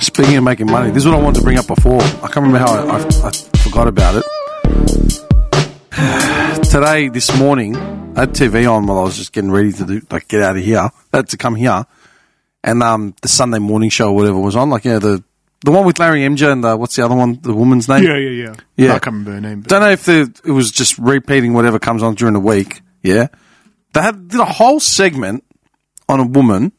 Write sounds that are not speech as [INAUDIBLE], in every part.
Speaking of making money, this is what I wanted to bring up before. I can't remember how I, I, I forgot about it. [SIGHS] Today, this morning, I had TV on while I was just getting ready to do, like get out of here, uh, to come here, and um, the Sunday morning show or whatever was on. Like yeah, the the one with Larry Emger and the, what's the other one? The woman's name. Yeah, yeah, yeah. Yeah. I can't remember her name. But Don't know if the, it was just repeating whatever comes on during the week. Yeah, they had did a whole segment on a woman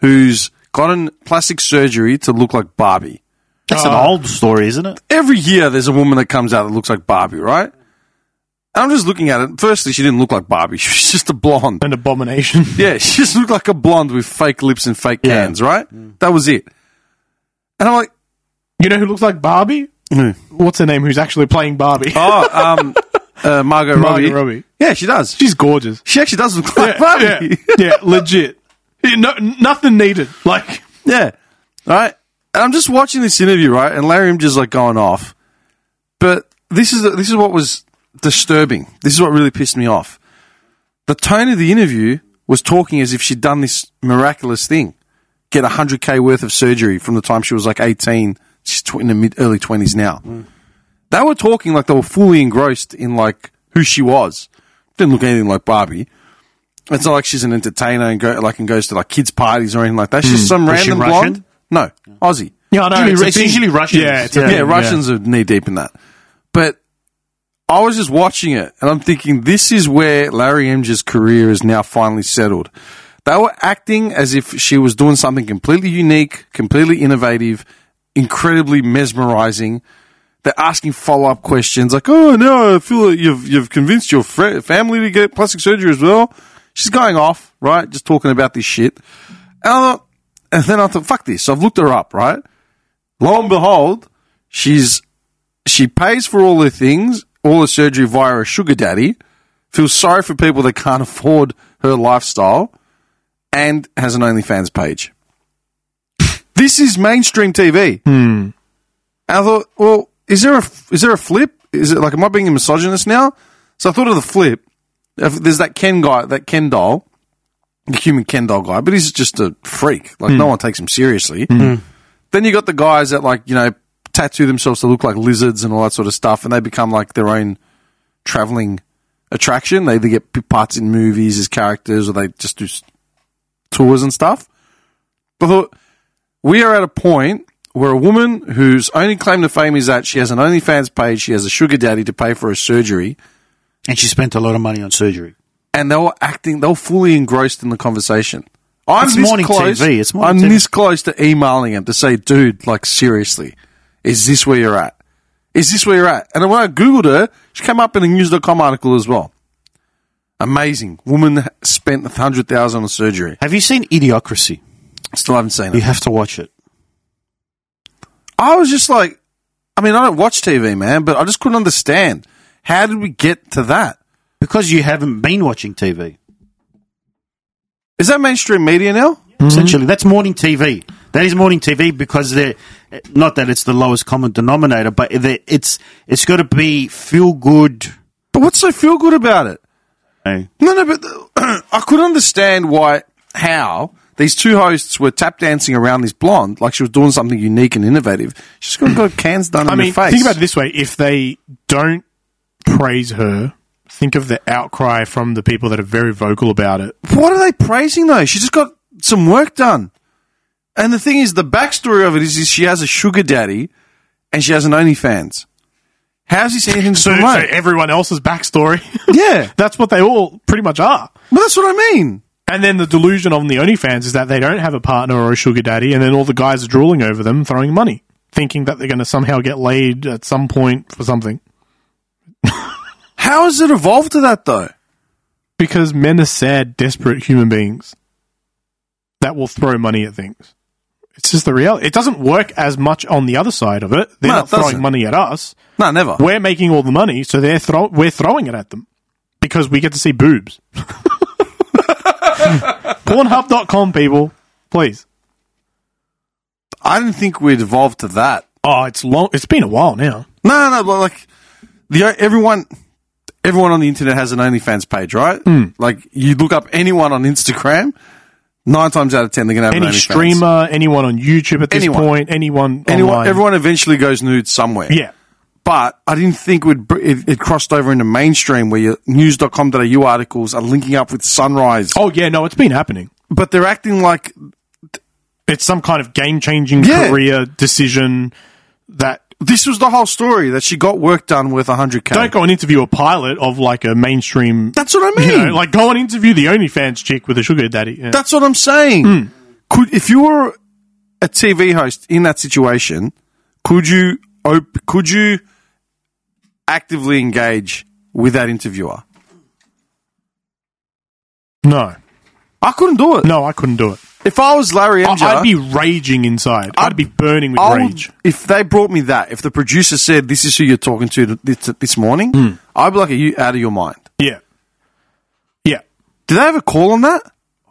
who's gotten plastic surgery to look like Barbie. That's an Ah. old story, isn't it? Every year, there's a woman that comes out that looks like Barbie, right? And I'm just looking at it. Firstly, she didn't look like Barbie. [LAUGHS] She was just a [LAUGHS] blonde. an abomination. Yeah, she just looked like a blonde with fake lips and fake Yeah. hands, right? Mm. That was it. And I'm like, You know who looks like Barbie? What's her name? Who's actually playing Barbie? oh, um, [LAUGHS] uh, Margot Robbie. Margot Robbie. Yeah, she does. She's gorgeous. She actually does look like [LAUGHS] yeah, Barbie. yeah, legit. Yeah, no, nothing needed. Like [LAUGHS] Yeah. Right? And I'm just watching this interview, right? And Larry Imger's like going off. But this is this is what was disturbing. This is what really pissed me off. The tone of the interview was talking as if she'd done this miraculous thing. Get 100k worth of surgery from the time she was like 18. She's tw- in the mid early 20s now. Mm. They were talking like they were fully engrossed in like who she was. Didn't look anything like Barbie. It's not like she's an entertainer and go like and goes to like kids parties or anything like that. She's just some Mm. Was she random Russian? blonde. No, Aussie. yeah, I know, Usually- a it's thing. usually Russians. Yeah, it's Yeah. A Yeah, thing, Russians are knee deep in that. But I was just watching it and I'm thinking this is where Larry Emger's career is now finally settled. They were acting as if she was doing something completely unique, completely innovative, incredibly mesmerizing. They're asking follow up questions like, "Oh no, I feel like you've you've convinced your fr- family to get plastic surgery as well." She's going off, right? Just talking about this shit. And, I thought, and then I thought, "Fuck this!" So I've looked her up, right? lo and behold, she's she pays for all her things, all her surgery via a sugar daddy, feels sorry for people that can't afford her lifestyle, and has an OnlyFans page. this is mainstream TV. And I thought, well, is there a is there a flip? Is it like am I being a misogynist now? So I thought of the flip. If There's that Ken guy, that Ken doll, the human Ken doll guy, but he's just a freak. Like no one takes him seriously. Then you got the guys that like you know tattoo themselves to look like lizards and all that sort of stuff, and they become like their own traveling attraction. They either get p- parts in movies as characters, or they just do s- tours and stuff. But I thought, we are at a point where a woman whose only claim to fame is that she has an OnlyFans page, she has a sugar daddy to pay for her surgery, And she spent a lot of money on surgery. and they were acting, they were fully engrossed in the conversation. I'm It's this morning close, TV, it's I'm morning TV. this close to emailing him to say, dude, like seriously, is this where you're at? Is this where you're at? And when I googled her, she came up in a news.com article as well. Amazing woman spent a hundred thousand on surgery. Have you seen Idiocracy? Still haven't seen You it. have to watch it. I was just like, I mean, I don't watch TV, man, but I just couldn't understand how did we get to that? Because you haven't been watching TV. Is that mainstream media now? Essentially, that's morning TV. That is morning TV because they're not that it's the lowest common denominator, but they- it's it's got to be feel good. But what's so feel good about it? eh? No, no, but [CLEARS THROAT] I could understand why, how these two hosts were tap dancing around this blonde like she was doing something unique and innovative. She's got, got [CLEARS THROAT] cans done I in mean, her face. think about it this way: if they don't praise her, think of the outcry from the people that are very vocal about it. What are they praising though? She just got some work done. And the thing is, the backstory of it is, is she has a sugar daddy and she has an OnlyFans. How's [LAUGHS] this anything to So, so promote? everyone else's backstory. [LAUGHS] yeah, That's what they all pretty much are. but that's what I mean. And then the delusion on the OnlyFans is that they don't have a partner or a sugar daddy, and then all the guys are drooling over them, throwing money, thinking that they're going to somehow get laid at some point for something. How has it evolved to that though? Because men are sad, desperate human beings that will throw money at things. It's just the reality. It doesn't work as much on the other side of it. They're No, not it throwing doesn't. money at us. No, never. We're making all the money, so they're throw- we're throwing it at them because we get to see boobs. [LAUGHS] Pornhub.com, people, please. I didn't think we'd evolved to that. Oh, it's long. It's been a while now. No, no, no. but Like the everyone, Hmm. everyone on the internet has an OnlyFans page, right? Like you look up anyone on Instagram, Nine times out of ten, they're going to have an Any OnlyFans. streamer, anyone on YouTube at this Anyone. point, anyone, Anyone, online. everyone eventually goes nude somewhere. Yeah. But I didn't think it, would, br- it, it crossed over into mainstream where your news.com.au articles are linking up with Sunrise. Oh yeah, no, it's been happening. But they're acting like It's some kind of game changing Yeah. career decision that this was the whole story that she got work done with 100K. don't go and interview a pilot of like a mainstream. That's what I mean. you know, like go and interview the OnlyFans chick with a sugar daddy. Yeah. That's what I'm saying. Hmm. Could if you were a TV host in that situation, could you op- could you actively engage with that interviewer? no, I couldn't do it. no, I couldn't do it. If I was Larry I- Emger, I'd be raging inside. I'd, be burning with I would- rage. if they brought me that, if the producer said this is who you're talking to this, this morning, Hmm. I'd be like, "Are you out of your mind?" Yeah, yeah. Do they have a call on that?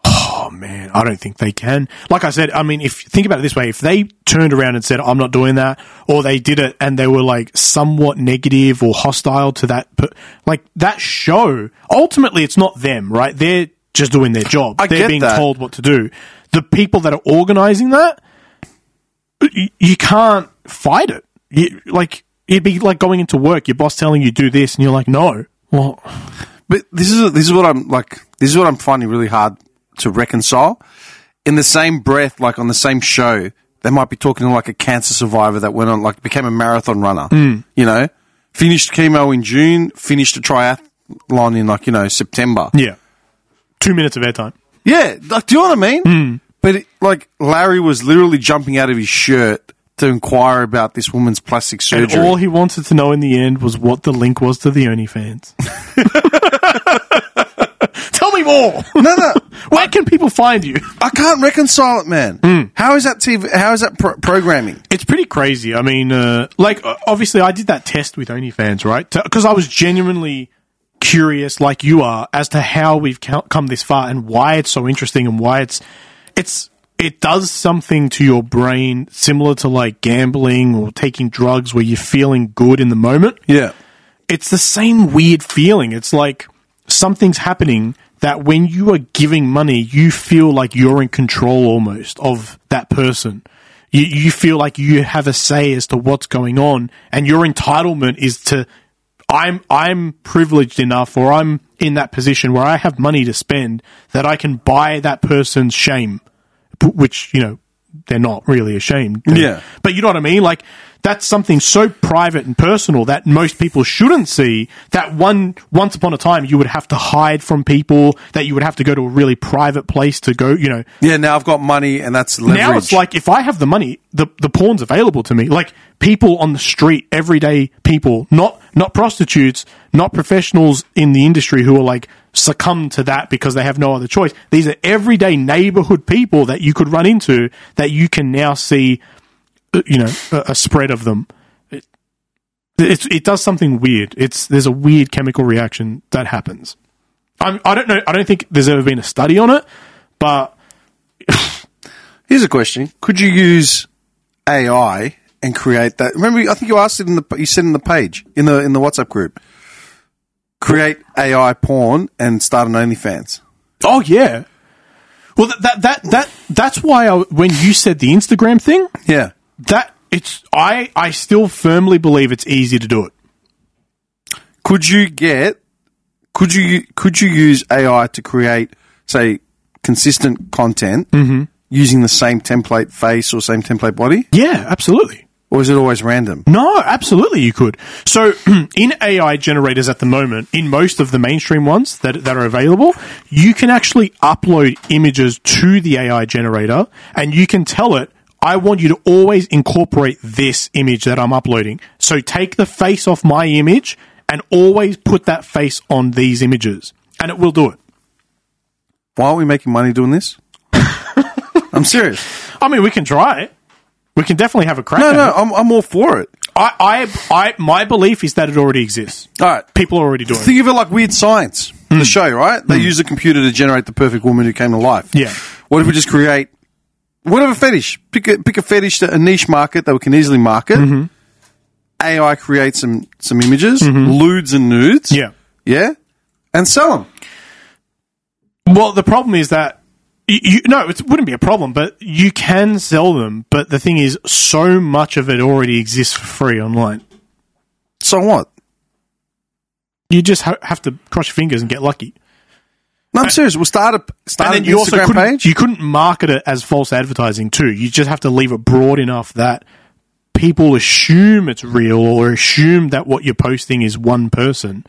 Oh man, I don't think they can. Like I said, I mean, if think about it this way, if they turned around and said, "I'm not doing that," or they did it and they were like somewhat negative or hostile to that, per- like that show. Ultimately, it's not them, right? They're just doing their job. I They're get being that. told what to do. The people that are organizing that, you, you can't fight it. You, like it'd be like going into work, your boss telling you do this, and you're like, "No." Well, But this is this is what I'm like. This is what I'm finding really hard to reconcile. In the same breath, like on the same show, they might be talking to like a cancer survivor that went on, like became a marathon runner. Hmm. You know, finished chemo in June, finished a triathlon in like you know September. yeah. Two minutes of airtime. Yeah, like do you know what I mean? Hmm. But it, like Larry was literally jumping out of his shirt to inquire about this woman's plastic And surgery. all he wanted to know in the end was what the link was to the [LAUGHS] OnlyFans. Tell me more. no, no, Where can people find you? I can't reconcile it, man. Hmm. How is that TV? How is that pro- programming? It's pretty crazy. I mean, uh, like, uh, obviously, I did that test with OnlyFans, right? Because I was genuinely curious, like you are, as to how we've co- come this far and why it's so interesting and why it's it's it does something to your brain similar to like gambling or taking drugs, where you're feeling good in the moment. Yeah, it's the same weird feeling. It's like something's happening that when you are giving money, you feel like you're in control almost of that person. You, you feel like you have a say as to what's going on, and your entitlement is to I'm I'm privileged enough, or I'm in that position where I have money to spend that I can buy that person's shame, p- which you know they're not really ashamed. They're- Yeah. but you know what I mean? Like, that's something so private and personal that most people shouldn't see. That one, once upon a time, you would have to hide from people, that you would have to go to a really private place to go, you know. yeah. Now I've got money, and that's leverage. Now it's like, if I have the money, the, the porn's available to me. Like, people on the street, everyday people, not, not prostitutes, not professionals in the industry who are like, succumb to that because they have no other choice. These are everyday neighborhood people that you could run into that you can now see uh, you know a, a spread of them it, it it does something weird it's there's a weird chemical reaction that happens I'm, i don't know i don't think there's ever been a study on it but Here's a question: Could you use AI and create that? Remember, I think you asked it in the you said in the page in the in the WhatsApp group. Create AI porn and start an OnlyFans. oh yeah well that that that, that that's why I, when you said the instagram thing Yeah, that it's i i still firmly believe it's easy to do it could you get? Could you could you use AI to create say consistent content Mm-hmm. using the same template face or same template body, yeah absolutely or is it always random? No, absolutely, you could. So, [CLEARS THROAT] in AI generators at the moment, in most of the mainstream ones that, that are available, you can actually upload images to the AI generator and you can tell it, I want you to always incorporate this image that I'm uploading. So, take the face off my image and always put that face on these images, and it will do it. Why aren't we making money doing [LAUGHS] this? I'm serious. I mean, we can try it. We can definitely have a crack No, at no, it. I'm, I'm all for it. I, I, I, my belief is that it already exists. All right. People are already doing it. Think of it like Weird Science, Hmm. the show, right? They use a computer to generate the perfect woman who came to life. Yeah. What if we just create whatever fetish? Pick a, pick a fetish, that, a niche market that we can easily market. Mm-hmm. AI creates some some images, lewds and nudes. Mm-hmm. Yeah. yeah, and sell them. Well, the problem is that You, you, no, it wouldn't be a problem, but you can sell them. But the thing is, so much of it already exists for free online. So what? You just ha- have to cross your fingers and get lucky. No, I'm serious. We'll start a start Uh, and then an you also Instagram couldn't page. you couldn't market it as false advertising too. You just have to leave it broad enough that people assume it's real or assume that what you're posting is one person.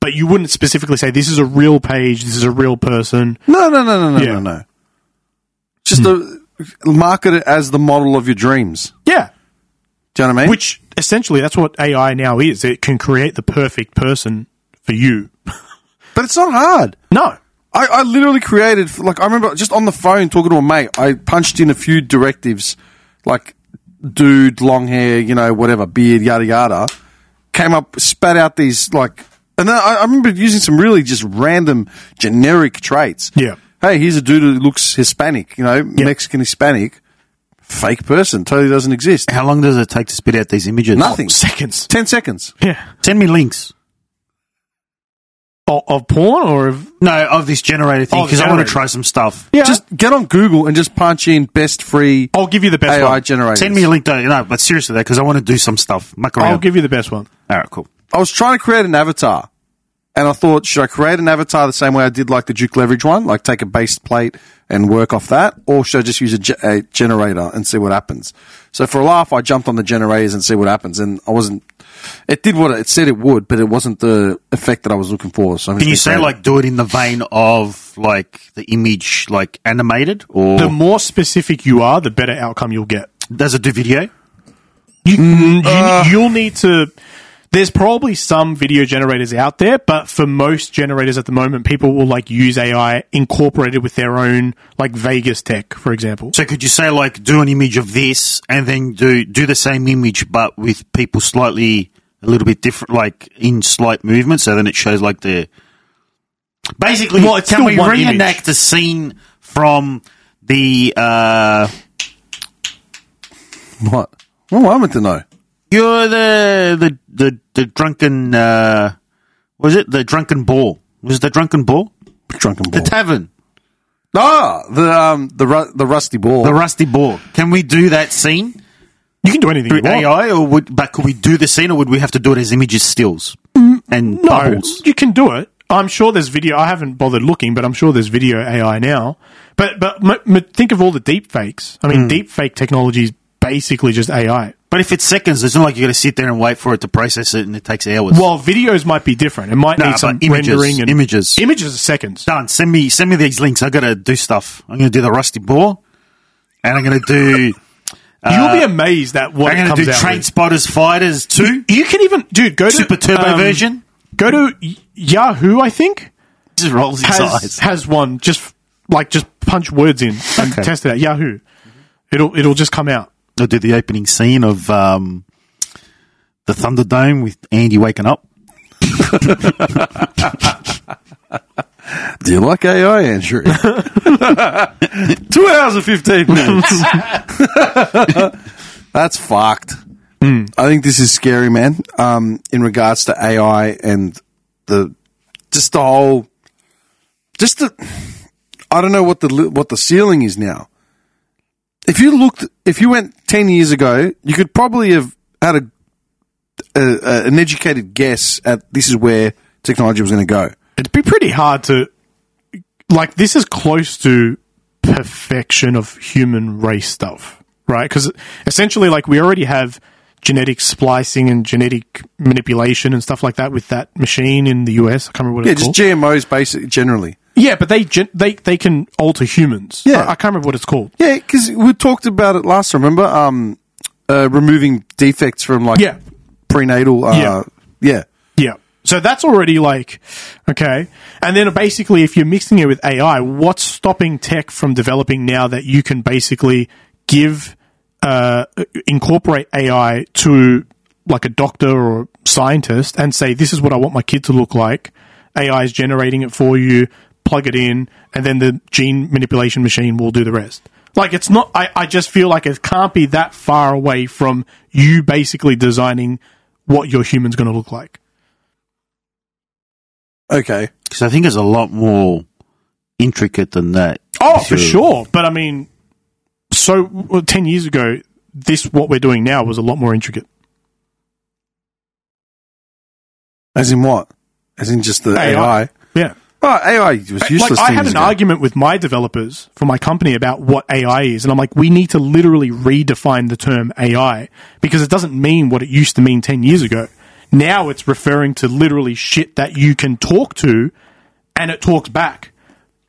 But you wouldn't specifically say this is a real page, this is a real person. No, no, no, no, no, Yeah. Hmm. no, no. Just a, market it as the model of your dreams. Yeah. Do you know what I mean? Which essentially that's what AI now is. It can create the perfect person for you. but it's not hard. No. I, I literally created like I remember just on the phone talking to a mate. I punched in a few directives, like dude, long hair, you know, whatever, beard, yada yada. Came up, spat out these like, and then I, I remember using some really just random generic traits. Yeah. Hey, here's a dude who looks Hispanic, you know, Mexican Hispanic, fake person, totally doesn't exist. How long does it take to spit out these images? Nothing. Seconds. Ten seconds. Yeah. Send me links. Of, of porn or of No, of this generator thing Oh, because I want generator. to try some stuff. yeah. Just get on Google and just punch in best free I'll give you the best AI one. generators. Send me a link. Though. No, but seriously, though, because I want to do some stuff. Muck around. I'll give you the best one. All right, cool. I was trying to create an avatar, and I thought, should I create an avatar the same way I did like the Duke Leverage one, like take a base plate and work off that, or should I just use a, ge- a generator and see what happens? So for a laugh, I jumped on the generators and see what happens, and I wasn't. It did what it said it would, but it wasn't the effect that I was looking for. So I'm Can you just say gonna create it. like do it in the vein of like the image, like animated, or The more specific you are, the better outcome you'll get. does it do video? You, you, you'll need to. There's probably some video generators out there, but for most generators at the moment, people will like use AI incorporated with their own like Vegas tech, for example. So could you say like do an image of this and then do do the same image but with people slightly a little bit different, like in slight movement, so then it shows like the basically. Well, it's can still we one image. reenact a scene from the uh, what? Well, I meant to know. you're the the the, the drunken uh, was it the drunken ball was it the drunken ball Drunken the ball. tavern ah, the um, the ru- the rusty ball. the rusty ball. Can we do that scene? You can do anything you through want. AI, or would but could we do the scene, or would we have to do it as images, stills, and Mm, No, bubbles? you can do it. I'm sure there's video. I haven't bothered looking, but I'm sure there's video AI now. But but m- m- think of all the deep fakes. I Hmm. mean, deep fake technology is basically just AI. But if it's seconds, it's not like you got to sit there and wait for it to process it, and it takes hours. Well, videos might be different. It might Nah, need some but images, rendering and images. Images are seconds. done. Send me send me these links. I got to do stuff. I'm going to do the rusty ball, and I'm going to do You'll be amazed at what I'm it going to comes do out. train with. spotters fighters two You can even, dude, go super to turbo um, version. Go to Y- Yahoo. I think Just rolls his has eyes. has one. Just like just punch words in and Okay. test it out. Yahoo. It'll it'll just come out. I'll do the opening scene of um, the Thunderdome with Andy waking up. Do you like AI, [LAUGHS] Andrew? Two hours and 15 minutes. [LAUGHS] That's fucked. I think this is scary, man, um, in regards to AI and the just the whole. Just the. I don't know what the li- what the ceiling is now. If you looked, if you went ten years ago, you could probably have had a, a, a an educated guess at this is where technology was going to go. It'd be pretty hard to like. This is close to perfection of human race stuff, right? Because essentially, like we already have genetic splicing and genetic manipulation and stuff like that with that machine in the US. I can't remember what Yeah, it's just called. GMOs, basically, generally. Yeah, but they gen- they they can alter humans. Yeah. I, I can't remember what it's called. Yeah, because we talked about it last. Remember, um, uh, removing defects from like Yeah. prenatal. Uh, Yeah. yeah, Yeah. So that's already like okay. And then basically, if you're mixing it with AI, what's stopping tech from developing now that you can basically give uh, incorporate AI to like a doctor or scientist and say, "This is what I want my kid to look like." AI is generating it for you. Plug it in, and then the gene manipulation machine will do the rest. Like it's not. I, I just feel like it can't be that far away from you basically designing what your human's going to look like. Okay, Because I think it's a lot more intricate than that. Oh, for sure. But I mean, so well, 10 years ago, this, what we're doing now, was a lot more intricate. As in what? As in just the AI. Yeah. Oh, AI was useless. Like, I 10 had years an ago. argument with my developers for my company about what AI is. And I'm like, we need to literally redefine the term AI because it doesn't mean what it used to mean 10 years ago. Now it's referring to literally shit that you can talk to and it talks back.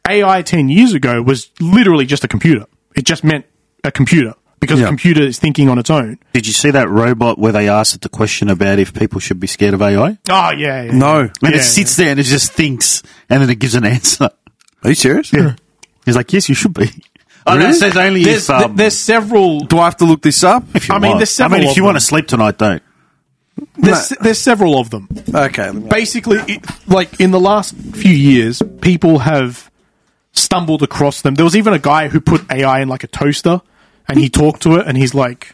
AI 10 years ago was literally just a computer. It just meant a computer because Yeah. a computer is thinking on its own. Did you see that robot where they asked it the question about if people should be scared of AI? Oh, yeah. yeah. No. And Yeah. it sits there and it just thinks, and then it gives an answer. Are you serious? Yeah. He's like, "Yes, you should be." Oh no, Really? it says only There's, if. Um, there's several. Do I have to look this [LAUGHS] up? if you I mean, want. there's I mean, several if you of want them. to sleep tonight, don't. There's, there's several of them. Okay. let me- basically, it, like in the last few years, people have stumbled across them. There was even a guy who put AI in like a toaster, and he talked to it, and he's like,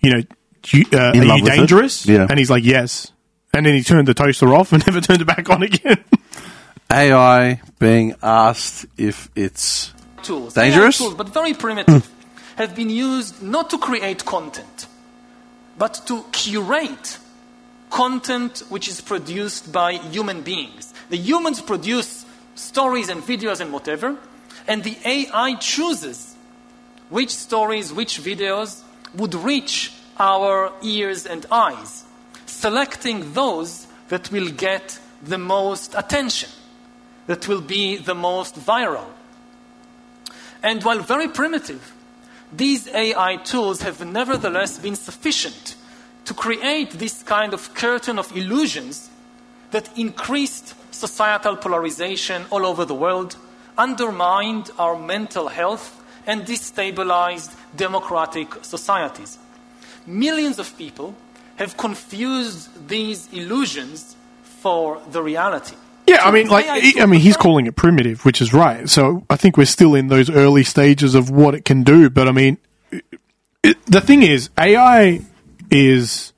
you know, "Do you, uh, In are love you with it? dangerous? Yeah. and he's like, yes. And then he turned the toaster off and [LAUGHS] never turned it back on again. AI being asked if it's. [LAUGHS] tools. Dangerous? AI tools, but very primitive, have been used not to create content, but to curate content which is produced by human beings. The humans produce stories and videos and whatever, and the AI chooses which stories, which videos would reach our ears and eyes, selecting those that will get the most attention, that will be the most viral. And while very primitive, these AI tools have nevertheless been sufficient to create this kind of curtain of illusions that increased societal polarization all over the world, undermined our mental health, and destabilized democratic societies. Millions of people have confused these illusions for the reality. yeah, I mean, like, AI he- I mean, he's calling it primitive, which is right. So I think we're still in those early stages of what it can do. But I mean, it, the thing is, AI is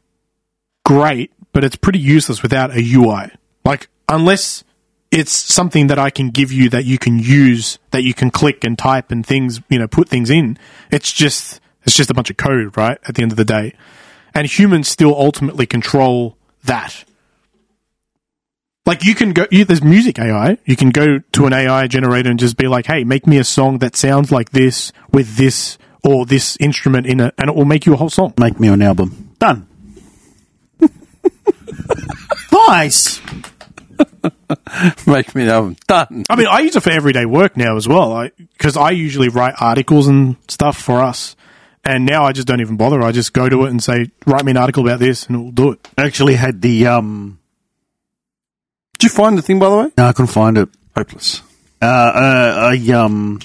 great, but it's pretty useless without a UI. Like, unless it's something that I can give you that you can use, that you can click and type and things, you know, put things in. It's just it's just a bunch of code, right? At the end of the day, and humans still ultimately control that. Like you can go, you, there's music AI. You can go to an AI generator and just be like, "Hey, make me a song that sounds like this with this or this instrument in it," and it will make you a whole song. Make me an album. Done. nice. Make me an album. Done. I mean, I use it for everyday work now as well, because I, usually write articles and stuff for us, and now I just don't even bother. I just go to it and say, "Write me an article about this," and it will do it. I actually had the um. Did you find the thing, by the way? No, I couldn't find it. Hopeless. Uh, uh, I um,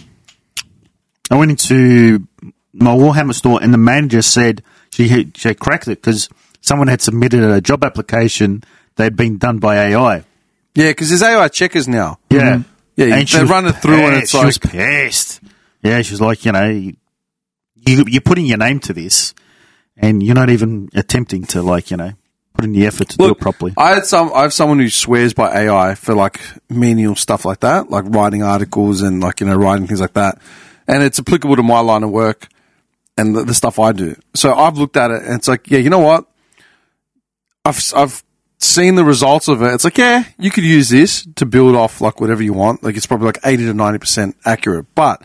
I went into my Warhammer store, and the manager said she had, she had cracked it because someone had submitted a job application that had been done by AI. Yeah, because there's AI checkers now. Yeah, Yeah, And they she was run it through and pissed. it's she was like- pissed. Yeah, she was like, you know, you you're putting your name to this, and you're not even attempting to like, you know, put in the effort to do it properly. I had some. I have someone who swears by AI for like menial stuff like that, like writing articles and like you know writing things like that, and it's applicable to my line of work and the, the stuff I do. So I've looked at it and it's like, yeah, you know what? I've s- I've seen the results of it. It's like, yeah, you could use this to build off like whatever you want. Like it's probably like eighty to ninety percent accurate, but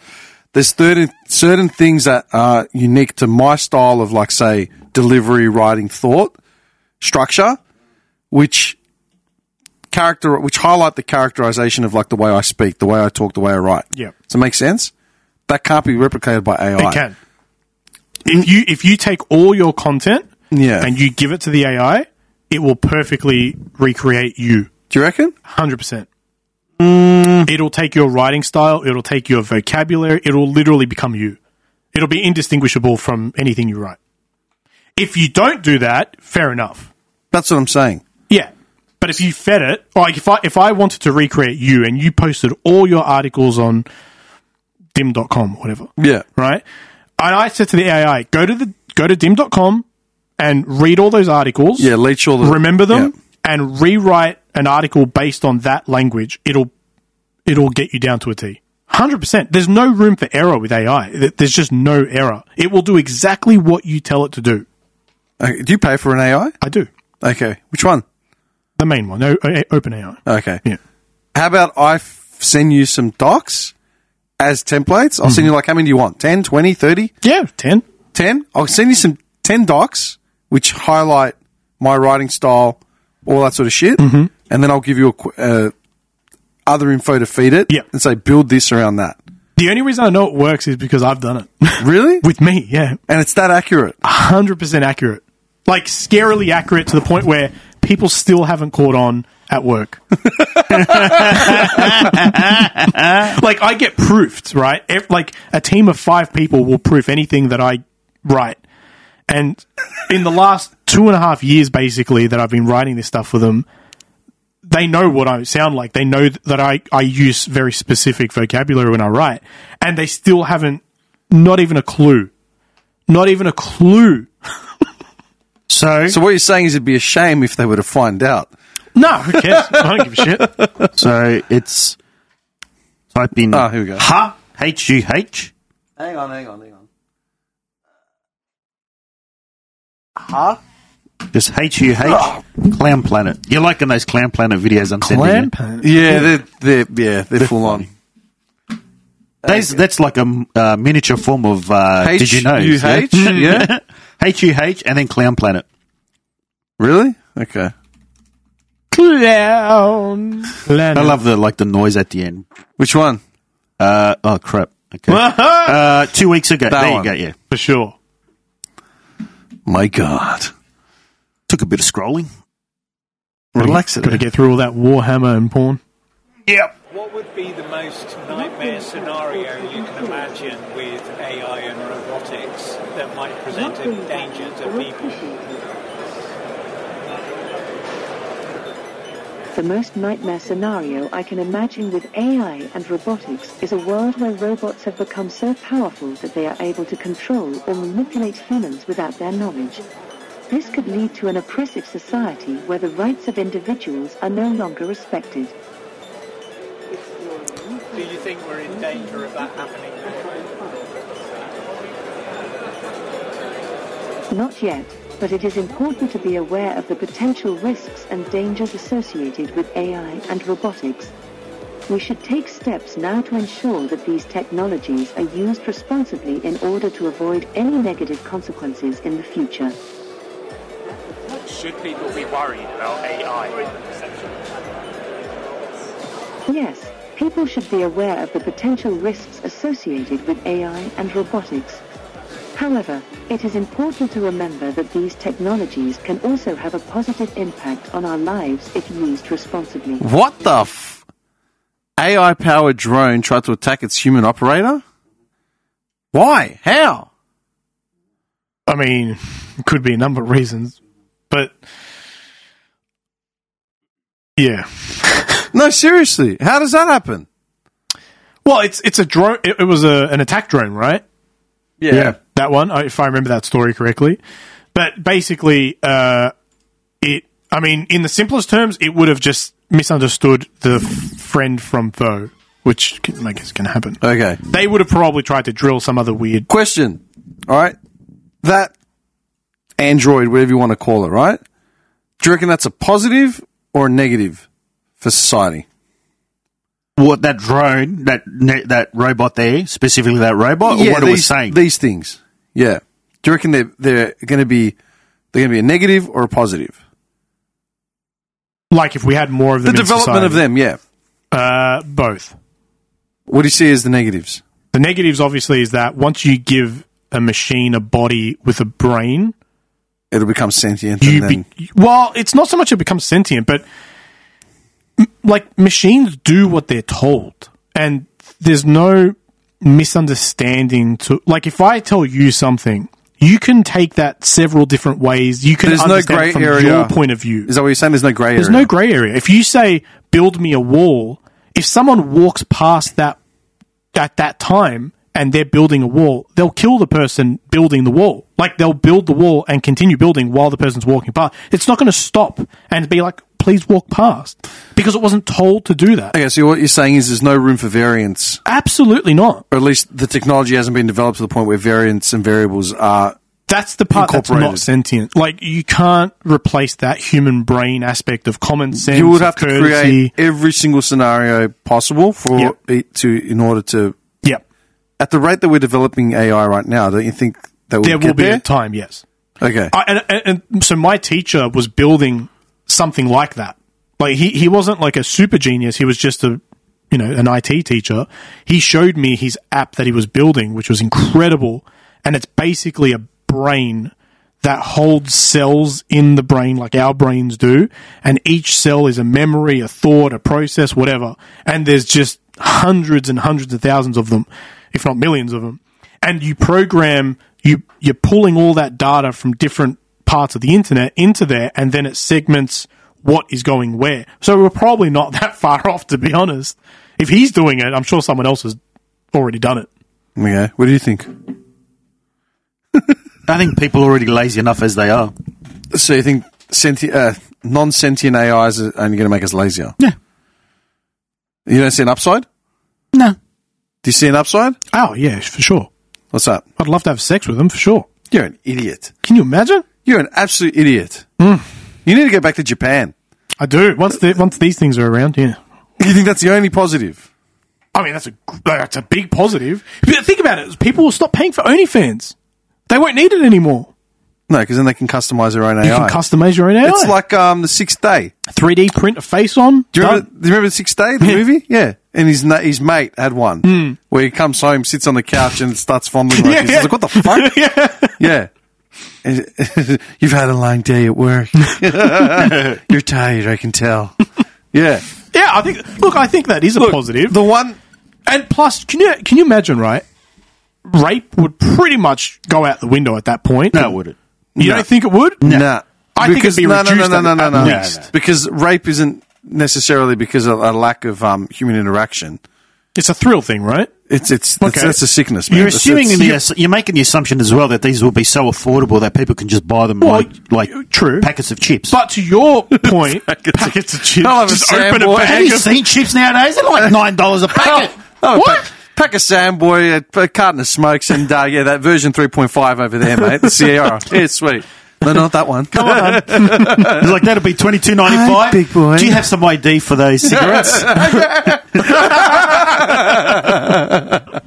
there's certain certain things that are unique to my style of like say delivery, writing, thought, structure which character which highlight the characterization of like the way I speak, the way I talk, the way I write. Yeah. Does it make sense? That can't be replicated by AI. It can. If you if you take all your content, Yeah. and you give it to the AI, it will perfectly recreate you. Do you reckon? Hundred percent. It'll take your writing style. It'll take your vocabulary. It'll literally become you. It'll be indistinguishable from anything you write. If you don't do that, fair enough. That's what I'm saying. Yeah. But if you fed it, like if I if I wanted to recreate you and you posted all your articles on dim.com or whatever, Yeah. right? And I said to the AI, go to the go to dim.com and read all those articles. Yeah, leech all the remember them Yeah. and rewrite an article based on that language. It'll it'll get you down to a T. Hundred percent. There's no room for error with AI. Th- There's just no error. It will do exactly what you tell it to do. Okay, do you pay for an AI? I do. Okay, which one? The main one, o- o- open AI. Okay. Yeah. How about I f- send you some docs as templates? I'll Mm-hmm. send you like how many do you want? 10, 20, 30, Yeah, ten. 10? I'll send you some 10 docs which highlight my writing style, all that sort of shit. Mm-hmm. And then I'll give you a, qu- uh, other info to feed it Yeah. and say, build this around that. The only reason I know it works is because I've done it [LAUGHS] Really? with me. Yeah, and it's that accurate. hundred percent accurate. Like scarily accurate to the point where people still haven't caught on at work. [LAUGHS] like I get proofed, right? Ev- like a team of five people will proof anything that I write. And in the last two and a half years, basically, that I've been writing this stuff for them, they know what I sound like. They know th- that I, I use very specific vocabulary when I write. And they still haven't, not even a clue. Not even a clue. [LAUGHS] So, So what you're saying is it'd be a shame if they were to find out. Mm. No, who cares? I don't give a shit. so it's type in Oh, here [LAUGHS] we go. ha h u h Hang on, hang on, hang on. just h u Oh. h clown planet. You're liking those clown planet videos I'm sending. you. Yeah, they're, they're yeah they're, full on. That's that's like a m- uh, miniature form of uh, did you know H-U-H? [LAUGHS] Yeah. h u h and then clown planet. Really? Okay. Clown. Planet. I [LAUGHS] love the like the noise at the end. Which one? Uh, oh crap. Okay. Uh-huh. uh, two weeks ago. Ah. That there one. you go. Yeah. for sure. My God. Took a bit of scrolling. Relax Got to get through all that Warhammer and porn. Yep. What would be the most nightmare scenario you can imagine with AI and robotics that might present a danger to people? The most nightmare scenario I can imagine with AI and robotics is a world where robots have become so powerful that they are able to control or manipulate humans without their knowledge. This could lead to an oppressive society where the rights of individuals are no longer respected. Do you think we're in danger of that happening? Not yet, but it is important to be aware of the potential risks and dangers associated with AI and robotics. We should take steps now to ensure that these technologies are used responsibly in order to avoid any negative consequences in the future. Should people be worried about AI? Yes, people should be aware of the potential risks associated with AI and robotics. However, it is important to remember that these technologies can also have a positive impact on our lives if used responsibly. What the f? AI powered drone tried to attack its human operator? Why? How? I mean, it could be a number of reasons, but yeah. No, seriously. How does that happen? Well, it's it's a drone. It, it was a, an attack drone, right? that one, I- if I remember that story correctly. But basically, uh, it. I mean, in the simplest terms, it would have just misunderstood the f- friend from foe, which can, I guess can happen. Okay. They would have probably tried to drill some other weird. Question. All right. That android, whatever you want to call it, right? Do you reckon that's a positive or a negative for society? What that drone, that ne- that robot there, specifically that robot, or what these, it was saying. These things. Yeah. Do you reckon they're, they're going to be they're going to be a negative or a positive? Like if we had more of The them in development of society. them, yeah. uh, both. What do you see as the negatives? The negatives, obviously, is that once you give a machine a body with a brain, It'll become sentient. and you then, be- well, it's not so much it becomes sentient, but m- like machines do what they're told, and there's no misunderstanding to like if I tell you something, you can take that several different ways. You can There's no understand grey from area. your point of view. Is that what you're saying? There's no grey There's area. no grey area. If you say build me a wall, if someone walks past that at that time, and they're building a wall, they'll kill the person building the wall. Like they'll build the wall and continue building while the person's walking past. It's not going to stop and be like, please walk past because it wasn't told to do that. Okay, so what you're saying is there's no room for variance, Absolutely not. or at least the technology hasn't been developed to the point where variance and variables are. That's the part that's Incorporated. not sentient. Like you can't replace that human brain aspect of common sense. You would have of to courtesy. create every single scenario possible for Yep. it to, in order to. Yep. At the rate that we're developing AI right now, don't you think that we'll There will get be there? a time. Yes. okay, I, and, and, and so my teacher was building something like that. Like he, he wasn't like a super genius. He was just a, you know, an IT teacher. He showed me his app that he was building, which was incredible. And it's basically a brain that holds cells in the brain like our brains do. And each cell is a memory, a thought, a process, whatever. And there's just hundreds and hundreds of thousands of them, if not millions of them and you program you you're pulling all that data from different parts of the internet into there and then it segments what is going where so we're probably not [LAUGHS] that far off to be honest if he's doing it i'm sure someone else has already done it okay. What do you think? I think people are already lazy enough as they are. So you think senti- uh, non-sentient AIs are only going to make us lazier? Yeah. You don't see an upside? No. Do you see an upside? oh yeah for sure What's that? i'd love to have sex with him for sure You're an idiot. can you imagine You're an absolute idiot. Hmm. You need to go back to Japan. [LAUGHS] i do once the, once these things are around yeah You think that's the only positive? I mean, that's a that's a big positive. But think about it. People will stop paying for OnlyFans. They won't need it anymore. No, because then they can customize their own AI. You can customize your own AI. It's like um, the Sixth Day. 3D print a face on. Do you done. remember, do you remember the Sixth Day, the Yeah. Hmm. movie? Yeah. And his na- his mate had one where he comes home, sits on the couch, and starts fondling [LAUGHS] like Yeah, this. yeah. He's like, "What the fuck?" [LAUGHS] yeah. yeah. [LAUGHS] You've had a long day at [LAUGHS] work. [LAUGHS] You're tired, I can tell. Yeah. Yeah, I think. Look, I think that is a positive. The one and plus, can you can you imagine? Right, rape would pretty much go out the window at that point. No, would it? you No. don't think it would? No. I think it'd be reduced no, no, at- no, at no, no. least. Because rape isn't necessarily because of a lack of um, human interaction. It's a thrill thing, right? It's it's that's, Okay. that's a sickness. Man. You're That's- assuming in that's- the, ass- you're making the assumption as well that these will be so affordable that people can just buy them Well, like, uh, like true. packets of chips. But to your point, Packets of- packets of chips. I'll have a Just open a sample. have bag you of seen chips nowadays? They're like nine dollars a packet. Oh, Pack, pack a Samboy, a, a carton of smokes, and uh, yeah, that version 3.5 over there, mate. The Sierra. yeah, sweet. No, not that one. It's like that'll be twenty two ninety five. big boy. Do you have some ID for those cigarettes? [LAUGHS]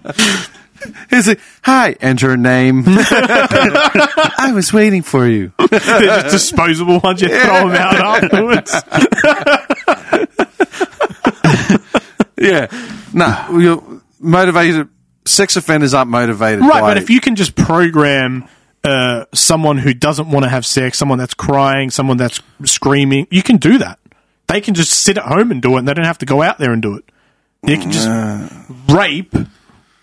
He's like, hi, enter a [LAUGHS] name. I was waiting for you. They're just disposable ones. You throw them out afterwards. Yeah. No, you're motivated. Sex offenders aren't motivated. Right, by but if you can just program uh, someone who doesn't want to have sex, someone that's crying, someone that's screaming, you can do that. They can just sit at home and do it, and they don't have to go out there and do it. You can just rape,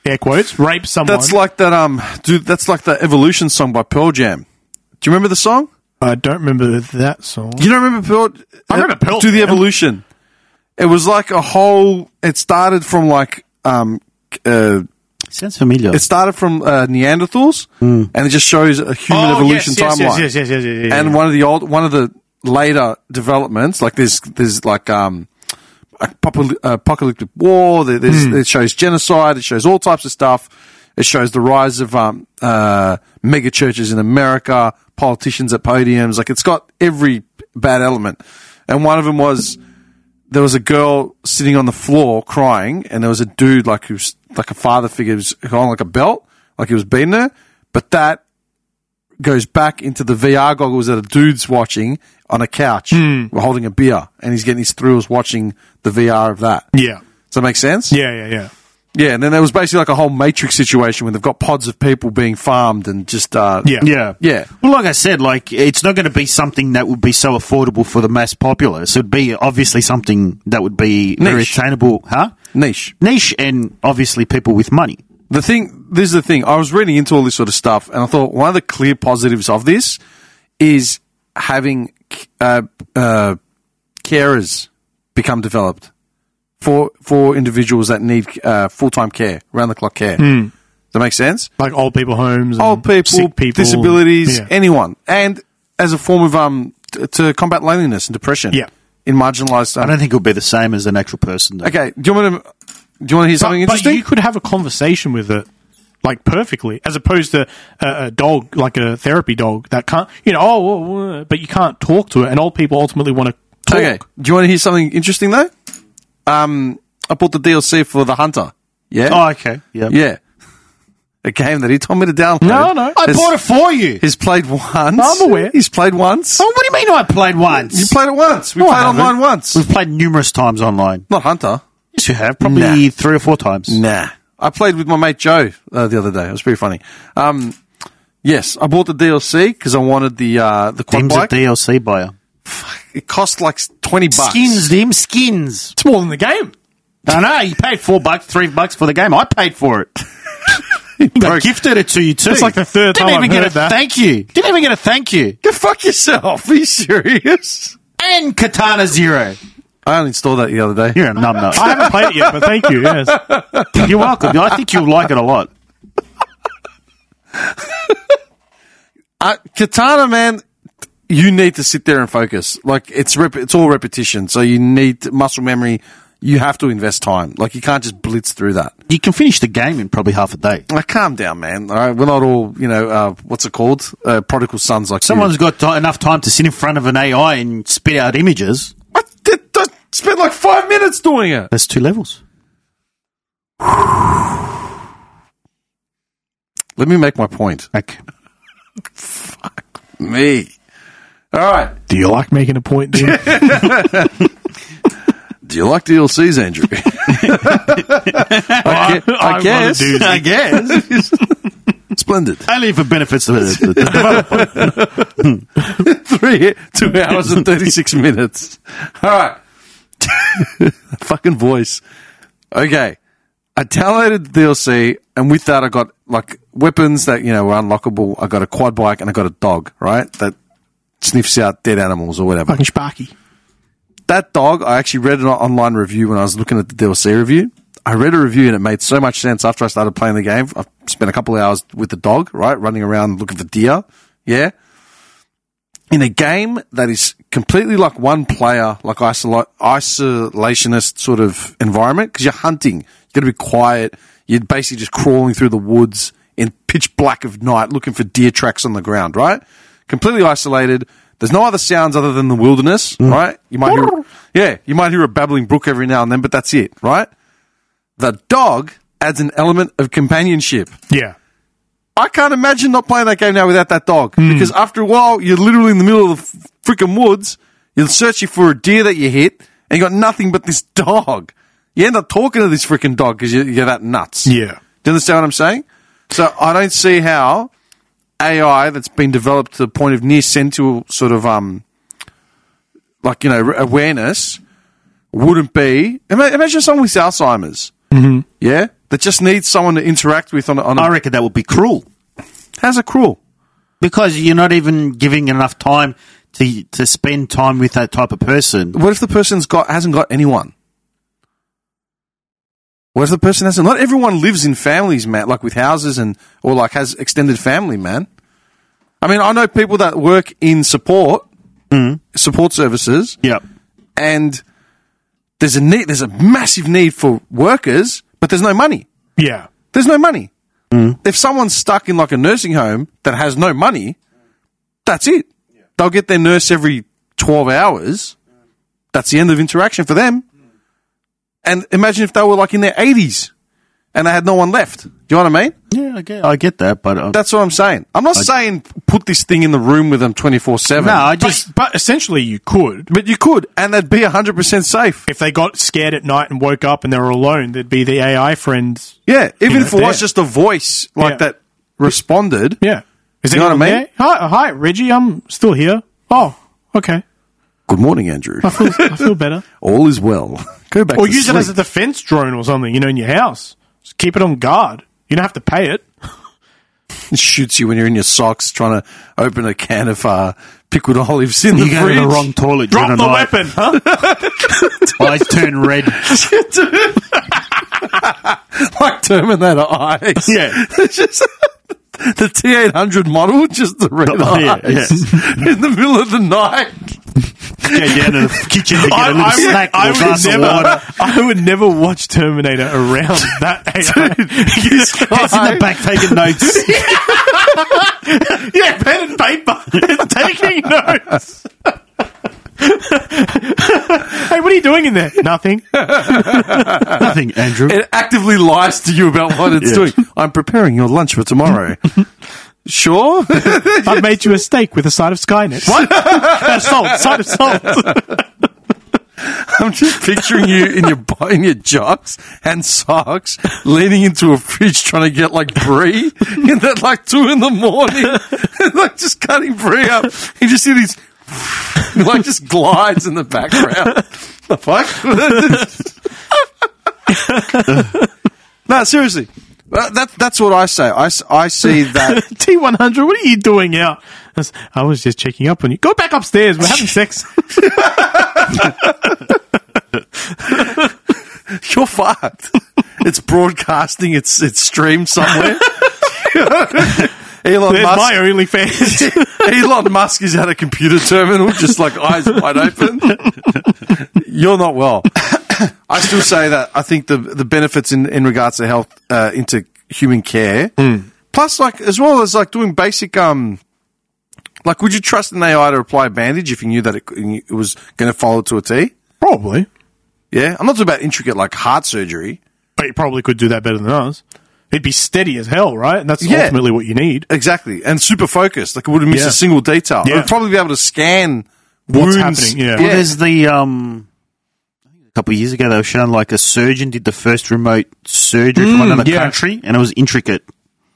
air quotes, rape someone. That's like that. Um, dude, that's like the Evolution song by Pearl Jam. Do you remember the song? I don't remember that song. You don't remember Pearl? uh, I remember Pearl Do the Jam. Evolution. It was like a whole. It started from like um. Uh, Sounds familiar. it started from uh, Neanderthals, and it just shows a human Hmm. Oh, evolution yes, yes, timeline. yes, yes, yes, yes, yes, yes, and yes. one of the old, one of the later developments, like there's there's like um, apocalyptic, apocalyptic war. There, there's, It shows genocide. It shows all types of stuff. It shows the rise of um, uh, mega churches in America, politicians at podiums. Like it's got every bad element. And one of them was there was a girl sitting on the floor crying, and there was a dude like who's like a father figure who's on like a belt, like he was beating her. But that goes back into the VR goggles that a dude's watching on a couch, Hmm. holding a beer, and he's getting his thrills watching the VR of that. yeah, Does that make sense? yeah, yeah, yeah. Yeah, and then there was basically like a whole Matrix situation where they've got pods of people being farmed and just uh, Yeah. yeah, yeah. Well, like I said, like it's not going to be something that would be so affordable for the mass populace. It would be obviously something that would be very Niche. attainable, huh? niche. Niche and obviously people with money. the thing this is the thing i was reading into all this sort of stuff and i thought one of the clear positives of this is having uh, uh, carers become developed for for individuals that need uh, full-time care round-the-clock care That make sense? Like old people homes, and Old people, Hmm. sick people, disabilities, and- yeah. anyone, and as a form of um t- to combat loneliness and depression. Yeah. in marginalised. I Um, don't think it'll be the same as an actual person. Though. okay, do you want to do you want to hear But- something but, interesting? you could have a conversation with it, like perfectly, as opposed to a, a dog, like a therapy dog that can't, you know, oh, whoa, whoa, but you can't talk to it, and old people ultimately want to talk. Okay. Do you want to hear something interesting though? Um, I bought the DLC for The Hunter. Yeah. Oh, okay. Yeah. yeah. [LAUGHS] A game that he told me to download. No, no. I Has- bought it for you. He's played once. I'm aware. He's played once. Oh, what do you mean I played You once? played it once. We I played haven't. online once. We've played numerous times online. Not Hunter. Yes, you have. Probably three or four times. Nah. I played with my mate Joe uh, the other day. It was pretty funny. Um, yes, I bought the DLC because I wanted the uh, the quad Dim's a bike. DLC buyer. it cost like twenty bucks. Skins, Dim, skins. It's more than the game. I know, you paid four bucks, three bucks for the game. I paid for it. I gifted it to you too. That's like the third Didn't time I've even get heard a that. thank you. Didn't even get a thank you. Go fuck yourself. Are you serious? And Katana Zero. I uninstalled that the other day. You're a numb [LAUGHS] nut. I haven't played it yet, but thank you. Yes, [LAUGHS] You're welcome. I think you'll like it a lot. Uh, Katana, man, you need to sit there and focus. Like it's rep- it's all repetition, so you need to- muscle memory. You have to invest time. Like you can't just blitz through that. You can finish the game in probably half a day. Like calm down, man. All right, we're not all you know. Uh, what's it called? Uh, prodigal sons like Someone's You. got ti enough time to sit in front of an AI and spit out images. What? That- that- spent like five minutes doing it. That's two levels. Let me make my point. [LAUGHS] Okay. Me. All right. do you like making a point? [LAUGHS] Dean? Do you like DLCs, [LAUGHS] Andrew? I, ge- I I guess. wanna do- I guess. [LAUGHS] Splendid. Only if it benefits the, the, the developer. three, two hours and 36 minutes. All right. [LAUGHS] Fucking voice. Okay. I downloaded the DLC, and with that, I got like weapons that, you know, were unlockable. I got a quad bike and I got a dog, right? That sniffs out dead animals or whatever. Fucking Sparky. That dog, I actually read an online review when I was looking at the DLC review. I read a review and it made so much sense after I started playing the game. I spent a couple of hours with the dog, right? Running around looking for deer. Yeah in a game that is completely like one player, like isol- isolationist sort of environment, because you're hunting, you got to be quiet. You're basically just crawling through the woods in pitch black of night, looking for deer tracks on the ground. Right, completely isolated. There's no other sounds other than the wilderness. Right, you might hear, yeah, you might hear a babbling brook every now and then, but that's it. Right, the dog adds an element of companionship. Yeah, I can't imagine not playing that game now without that dog. Because after a while, you're literally in the middle of the freaking woods. You're searching for a deer that you hit, and you got nothing but this [LAUGHS] dog. You end up talking to this freaking dog because you're, you're that nuts. yeah. Do you understand what I'm saying? So I don't see how AI that's been developed to the point of near sensual sort of um, like you know re- awareness wouldn't be. Ima- Imagine someone with Alzheimer's, mm-hmm. yeah, that just needs someone to interact with on a, on a I reckon that would be cruel. How's it cruel? Because you're not even giving enough time to to spend time with that type of person. What if the person's got hasn't got anyone? What if the person hasn't? Not everyone lives in families, man. Like with houses and or like has extended family, man. I mean, I know people that work in support support services, Yep. and there's a need. There's a massive need for workers, but there's no money. Yeah. There's no money. If someone's stuck in like a nursing home that has no money, that's it. They'll get their nurse every 12 hours. That's the end of interaction for them. And imagine if they were like in their 80s and they had no one left. Do you know what I mean? Yeah, I get, I get that, but uh, That's what I'm saying. I'm not saying put this thing in the room with them 24 7. no, I But, just but essentially, you could But you could, and they'd be 100% safe. if they got scared at night and woke up and they were alone. There'd be the AI friends. Yeah, even know, if it was there. just a voice like Yeah. that responded. Yeah. Is You know anyone what I mean? there? Hi, hi, Reggie. I'm still here. Oh, okay. Good morning, [LAUGHS] Andrew. I feel, I [LAUGHS] feel better. All is well. Go back or to use sleep. it as a defense drone or something, you know, in your house. Just keep it on guard. You don't have to pay it. It shoots you when you're in your socks trying to open a can of uh, pickled olives in [LAUGHS] the you go to fridge. the wrong toilet. [LAUGHS] Drop during the [LAUGHS] night. weapon, huh? Eyes turn red. like Terminator eyes. Yeah. [LAUGHS] It's just- the T eight hundred model, just the red Oh, yeah, eyes [LAUGHS] in the middle of the night. Go down to the kitchen to get I, a little I would, snack I or a would glass of never, [LAUGHS] water. [LAUGHS] I would never watch Terminator around [LAUGHS] [LAUGHS] that [LAUGHS] It's AI. in the back taking notes. yeah, pen and paper, It's taking notes. hey, what are you doing in there? [LAUGHS] Nothing. Nothing, Andrew. It actively lies to you about what it's Yeah. doing. I'm preparing your lunch for [LAUGHS] tomorrow. sure. I've made you a steak with a side of Skynet. [LAUGHS] What? That's salt. Side of salt. I'm just picturing you in your bo- in your jocks and socks, leaning into a fridge trying to get like brie, and that like two in the morning, [LAUGHS] and, like just cutting brie up. You just see these [LAUGHS] like just glides in the background. The fuck? [LAUGHS] no, seriously. Uh, That, that's what I say. I, s- I see that. [LAUGHS] T one hundred. What are you doing out? That's- I was just checking up on you. Go back upstairs. We're having sex. You're fucked. It's broadcasting. It's it's streamed somewhere. [LAUGHS] Elon There's Musk. my [LAUGHS] OnlyFans. Elon Musk is at a computer terminal, just like eyes wide open. You're not well. I still say that I think the the benefits in, in regards to health uh, into human care, Hmm. plus like as well as like doing basic um, like would you trust an AI to apply a bandage if you knew that it, it was going to follow to a T? Probably. Yeah, I'm not talking about intricate like heart surgery. But you probably could do that better than us. It'd be steady as hell, right? And that's Yeah. ultimately what you need. Exactly, and super focused. Like it wouldn't miss Yeah. a single detail. Yeah. It would probably be able to scan What's wounds. happening, yeah. Well, there's the um. I think A couple of years ago, they were showing like a surgeon did the first remote surgery from another Mm, yeah. country, and it was intricate.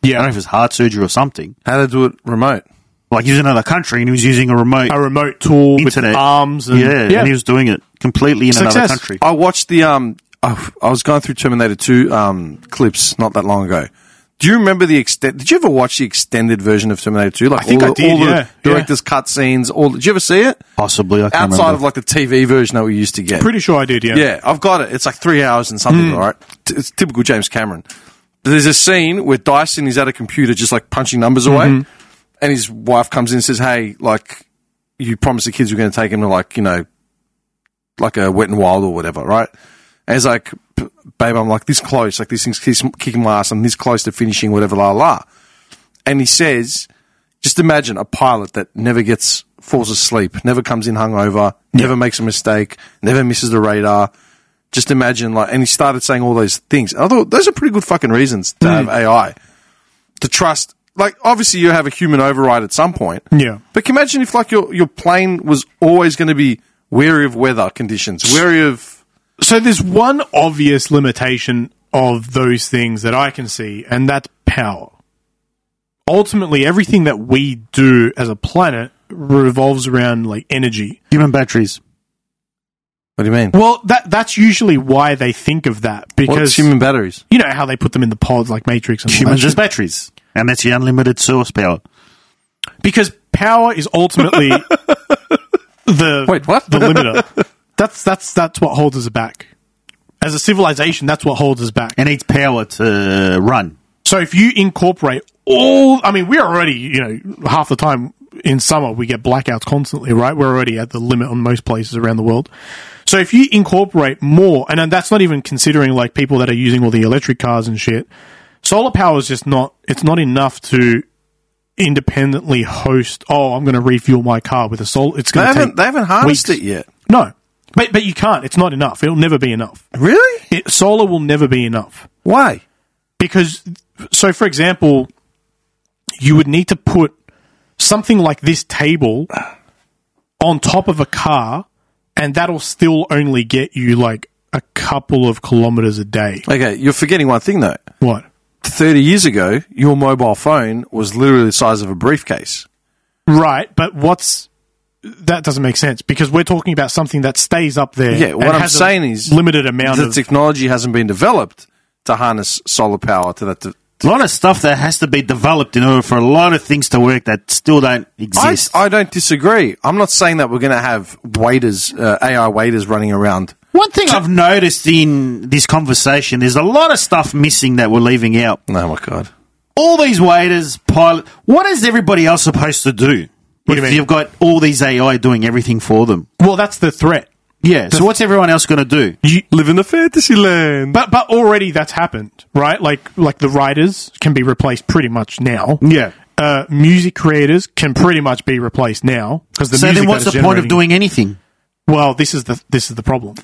I don't know Yeah. if it was heart surgery or something. How to do it remote. Like he was in another country, and he was using a remote A remote tool internet with arms and yeah, and he was doing it completely in another Success. country. I watched the um. I, I was going through Terminator Two um clips not that long ago. Do you remember the extent? Did you ever watch the extended version of Terminator Two? Like I think all I the, did, all the yeah, director's cut scenes. All did you ever see it Possibly, I can't outside remember. of like the TV version that we used to get? Pretty sure I did, yeah. Yeah, I've got it. It's like three hours and something, all right? T- It's typical James Cameron. But there's a scene where Dyson is at a computer just like punching numbers away, and his wife comes in and says, Hey, like, you promised the kids you were going to take him to, like, you know, like a wet and wild or whatever, right? And he's like, "P- Babe, I'm like this close. Like, this thing's kiss- kicking my ass. I'm this close to finishing, whatever, la la. And he says, just imagine a pilot that never gets falls asleep, never comes in hungover, never makes a mistake, never misses the radar. Just imagine like, and he started saying all those things. And I thought those are pretty good fucking reasons to have AI to trust. Like, obviously, you have a human override at some point. Yeah. But can you imagine if like your your plane was always going to be wary of weather conditions, wary of So there's one obvious limitation of those things that I can see, and that's power. Ultimately, everything that we do as a planet revolves around like energy. Human batteries. what do you mean? Well, that that's usually why they think of that because What's human batteries? you know how they put them in the pods like Matrix and all that Humans shit. as batteries. And that's the unlimited source power. because power is [LAUGHS] ultimately the Wait, what? the limiter. That's that's that's what holds us back. As a civilization, that's what holds us back. It needs power to run. So if you incorporate all, I mean, we're already, you know, half the time in summer we get blackouts constantly, right? We're already at the limit on most places around the world. So if you incorporate more, and then that's not even considering like people that are using all the electric cars and shit, solar power is just not, it's not enough to independently host, oh, I'm going to refuel my car with a solar, it's They going to haven't take they haven't harnessed weeks. it yet. No, but, but you can't. It's not enough. It'll never be enough. Really? It, solar will never be enough Why? because so for example you would need to put something like this table on top of a car and that'll still only get you like a couple of kilometers a day Okay, you're forgetting one thing though. what 30 years ago, your mobile phone was literally the size of a briefcase. right but what's that doesn't make sense because we're talking about something that stays up there Yeah, what and I'm has a saying is limited amount the of technology hasn't been developed to harness solar power to that. To, A lot of stuff that has to be developed in order for a lot of things to work that still don't I, exist. I don't disagree. I'm not saying that we're going to have waiters, uh, AI waiters running around One thing I've noticed in this conversation, there's a lot of stuff missing that we're leaving out. Oh my god. all these waiters, pilot. What is everybody else supposed to do What do you if mean? you've got all these AI doing everything for them? Well, that's the threat. Yeah. So what's everyone else going to do? You live in a fantasy land. But but already that's happened, right? Like like the writers can be replaced pretty much now. Yeah. Uh, music creators can pretty much be replaced now because the so music then, that what's the is point of generating- doing anything? Well, this is the this is the problem.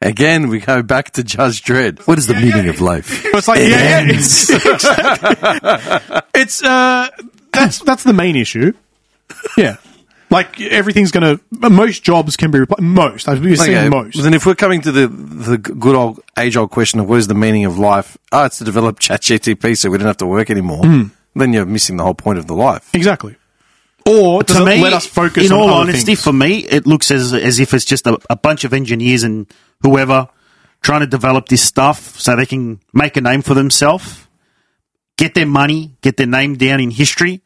Again, we go back to Judge Dredd. What is the meaning of [LAUGHS] life? It's like yeah, yeah, it's, it's uh that's that's the main issue. Yeah. Like everything's going to most jobs can be replaced. Most I've been seeing most. Then, if we're coming to the the good old age old question of what is the meaning of life? Oh, it's to develop [LAUGHS] ChatGTP so we don't have to work anymore. Then you're missing the whole point of the life. Exactly. Or does to it me, let us focus in on all other honesty, things? for me, it looks as as if it's just a, a bunch of engineers and whoever trying to develop this stuff so they can make a name for themselves, get their money, get their name down in history,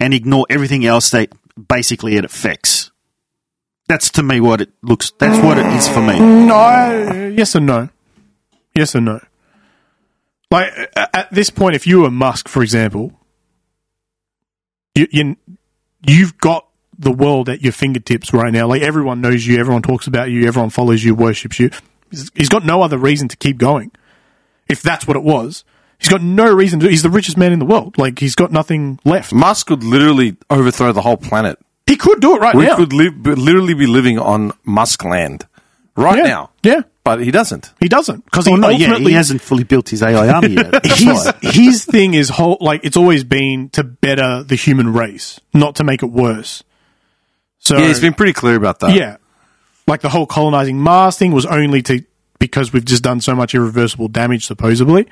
and ignore everything else that basically it affects. That's to me what it looks. That's what it is for me. No, I- yes and no. Yes and no. Like a- at this point, if you were Musk, for example, you, you you've got the world at your fingertips right now. Like everyone knows you, everyone talks about you, everyone follows you, worships you. He's- he's got no other reason to keep going. If that's what it was, he's got no reason to. He's the richest man in the world. Like he's got nothing left. Musk could literally overthrow the whole planet. He could do it right We now. could live, literally be living on Musk land right yeah. now. Oh, Yeah, But he doesn't. he doesn't because Well, he not yet. ultimately Oh, He hasn't fully built his AI army [LAUGHS] yet. That's his why. his thing is whole like it's always been to better the human race, not to make it worse. So Yeah, he's been pretty clear about that. yeah. like the whole colonizing Mars thing was only to because we've just done so much irreversible damage, supposedly.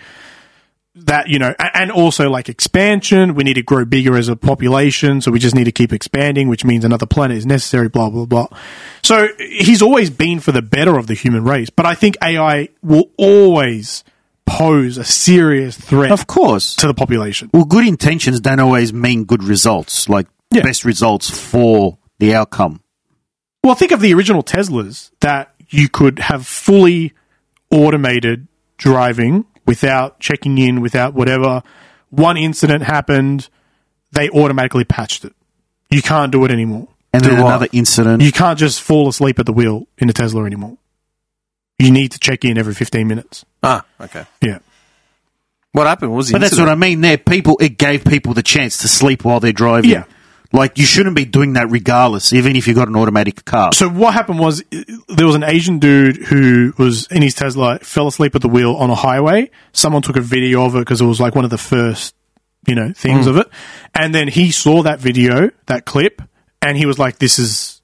That you know, a- and also like expansion, we need to grow bigger as a population, so we just need to keep expanding, which means another planet is necessary. Blah blah blah. So he's always been for the better of the human race, but I think AI will always pose a serious threat Of course. to the population. Well, good intentions don't always mean good results, like Yeah. best results for the outcome. Well, think of the original Teslas that you could have fully automated driving without checking in, without whatever. One incident happened, they automatically patched it. You can't do it anymore. And then what? another incident. You can't just fall asleep at the wheel in a Tesla anymore. You need to check in every 15 minutes. Ah, okay. Yeah. What happened? What was the but that's what I mean. There, people. It gave people the chance to sleep while they're driving. Yeah. Like you shouldn't be doing that, regardless, even if you've got an automatic car. So what happened was uh, there was an Asian dude who was in his Tesla, fell asleep at the wheel on a highway. Someone took a video of it because it was like one of the first, you know, Hmm. things of it. And then he saw that video, that clip, and he was like, "This is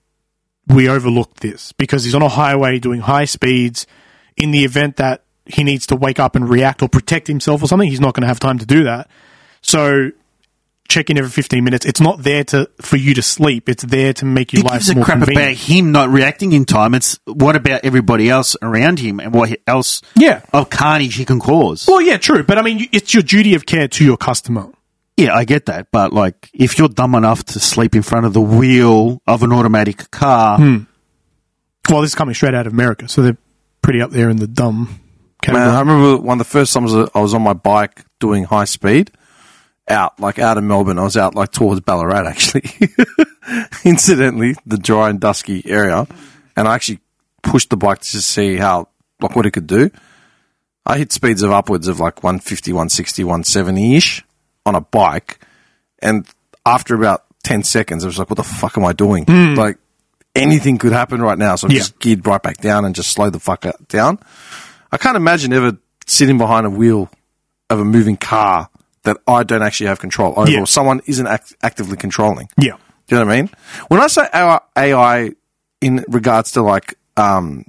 we overlooked this because he's on a highway doing high speeds. In the event that he needs to wake up and react or protect himself or something, he's not going to have time to do that. So." Check in every fifteen minutes. It's not there to for you to sleep. It's there to make your it life gives a more crap convenient. about him not reacting in time. It's what about everybody else around him and what he- else Yeah. of carnage he can cause. Well, yeah, true. But I mean, you- it's your duty of care to your customer. Yeah, I get that, but like if you're dumb enough to sleep in front of the wheel of an automatic car, Well, this is coming straight out of America, so they're pretty up there in the dumb category. Man, I remember one of the first times I was on my bike doing high speed out, like out of Melbourne. I was out like towards Ballarat, actually. [LAUGHS] Incidentally, the dry and dusky area. And I actually pushed the bike to just see how, like, what it could do. I hit speeds of upwards of like 150, 160, 170 ish on a bike. And after about 10 seconds, I was like, what the fuck am I doing? Like, anything could happen right now. So I Hmm. Yeah. just geared right back down and just slowed the fuck out- down. I can't imagine ever sitting behind a wheel of a moving car that I don't actually have control over Yeah. or someone isn't act- actively controlling. yeah. Do you know what I mean? When I say AI, AI in regards to like um,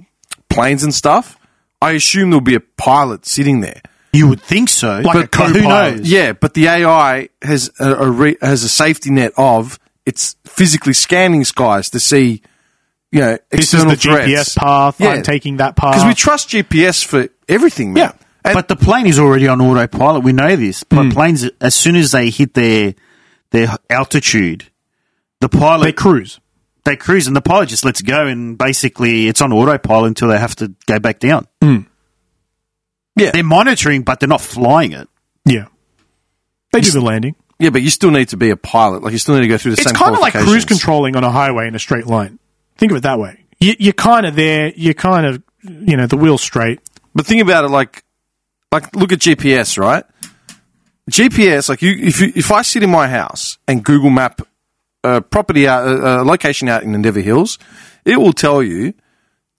planes and stuff, I assume there'll be a pilot sitting there. you would think so. Like a but, but who co-pilot. knows? Yeah, but the AI has a, a re- has a safety net of it's physically scanning skies to see, you know, This is external the threats. GPS path. Yeah. I'm taking that path. because we trust GPS for everything. Man. Yeah. And- but the plane is already on autopilot. We know this. Hmm. But planes, as soon as they hit their their altitude, the they pilot cruise. they cruise and the pilot just lets go and basically it's on autopilot until they have to go back down. Hmm. Yeah. They're monitoring, but they're not flying it. Yeah. They do the landing. Yeah, but you still need to be a pilot. Like you still need to go through the It's same. kind of like cruise qualifications. controlling on a highway in a straight line. Think of it that way. You, you're kind of there. You're kind of, you know, the wheel's straight. But think about it like, like look at GPS, right? GPS, like you, if you, if I sit in my house and Google Map a property out, a, a location out in Endeavour Hills, it will tell you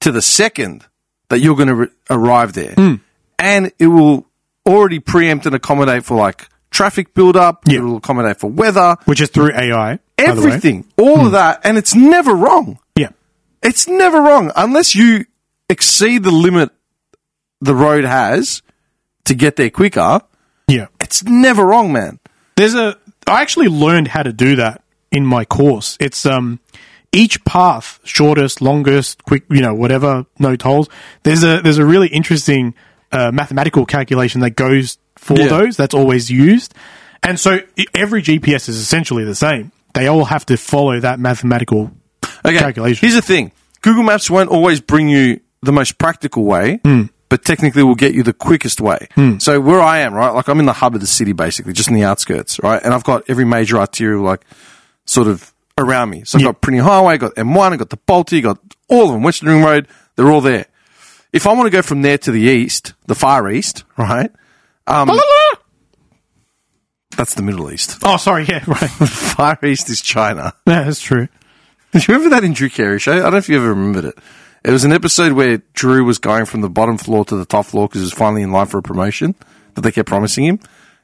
to the second that you're going to re- arrive there, Hmm. and it will already preempt and accommodate for like traffic buildup. Yeah. It will accommodate for weather, which is through AI. by the way. Hmm. everything, all of that, and it's never wrong. Yeah. It's never wrong unless you exceed the limit the road has to get there quicker. Yeah. It's never wrong, man. There's a I actually learned how to do that in my course. It's um each path, shortest, longest, quick, you know, whatever, no tolls. There's a there's a really interesting uh, mathematical calculation that goes for Yeah. those that's always used. And so i- every GPS is essentially the same. They all have to follow that mathematical Okay. calculation. Here's the thing Google Maps won't always bring you the most practical way, but technically will get you the quickest way. So, where I am, right? Like, I'm in the hub of the city, basically, just in the outskirts, right? And I've got every major arterial, like, sort of around me. So, I've got Prinny Highway, got M1, I've got the Balti, got all of them, Western Ring Road, they're all there. If I want to go from there to the east, the far east, right? Um, that's the Middle East. [LAUGHS] oh, sorry, [LAUGHS] yeah, right. Far east is China. [LAUGHS] Yeah, that's true. Do you remember that in Drew Carey show? I don't know if you ever remembered it. It was an episode where Drew was going from the bottom floor to the top floor because he was finally in line for a promotion that they kept promising him.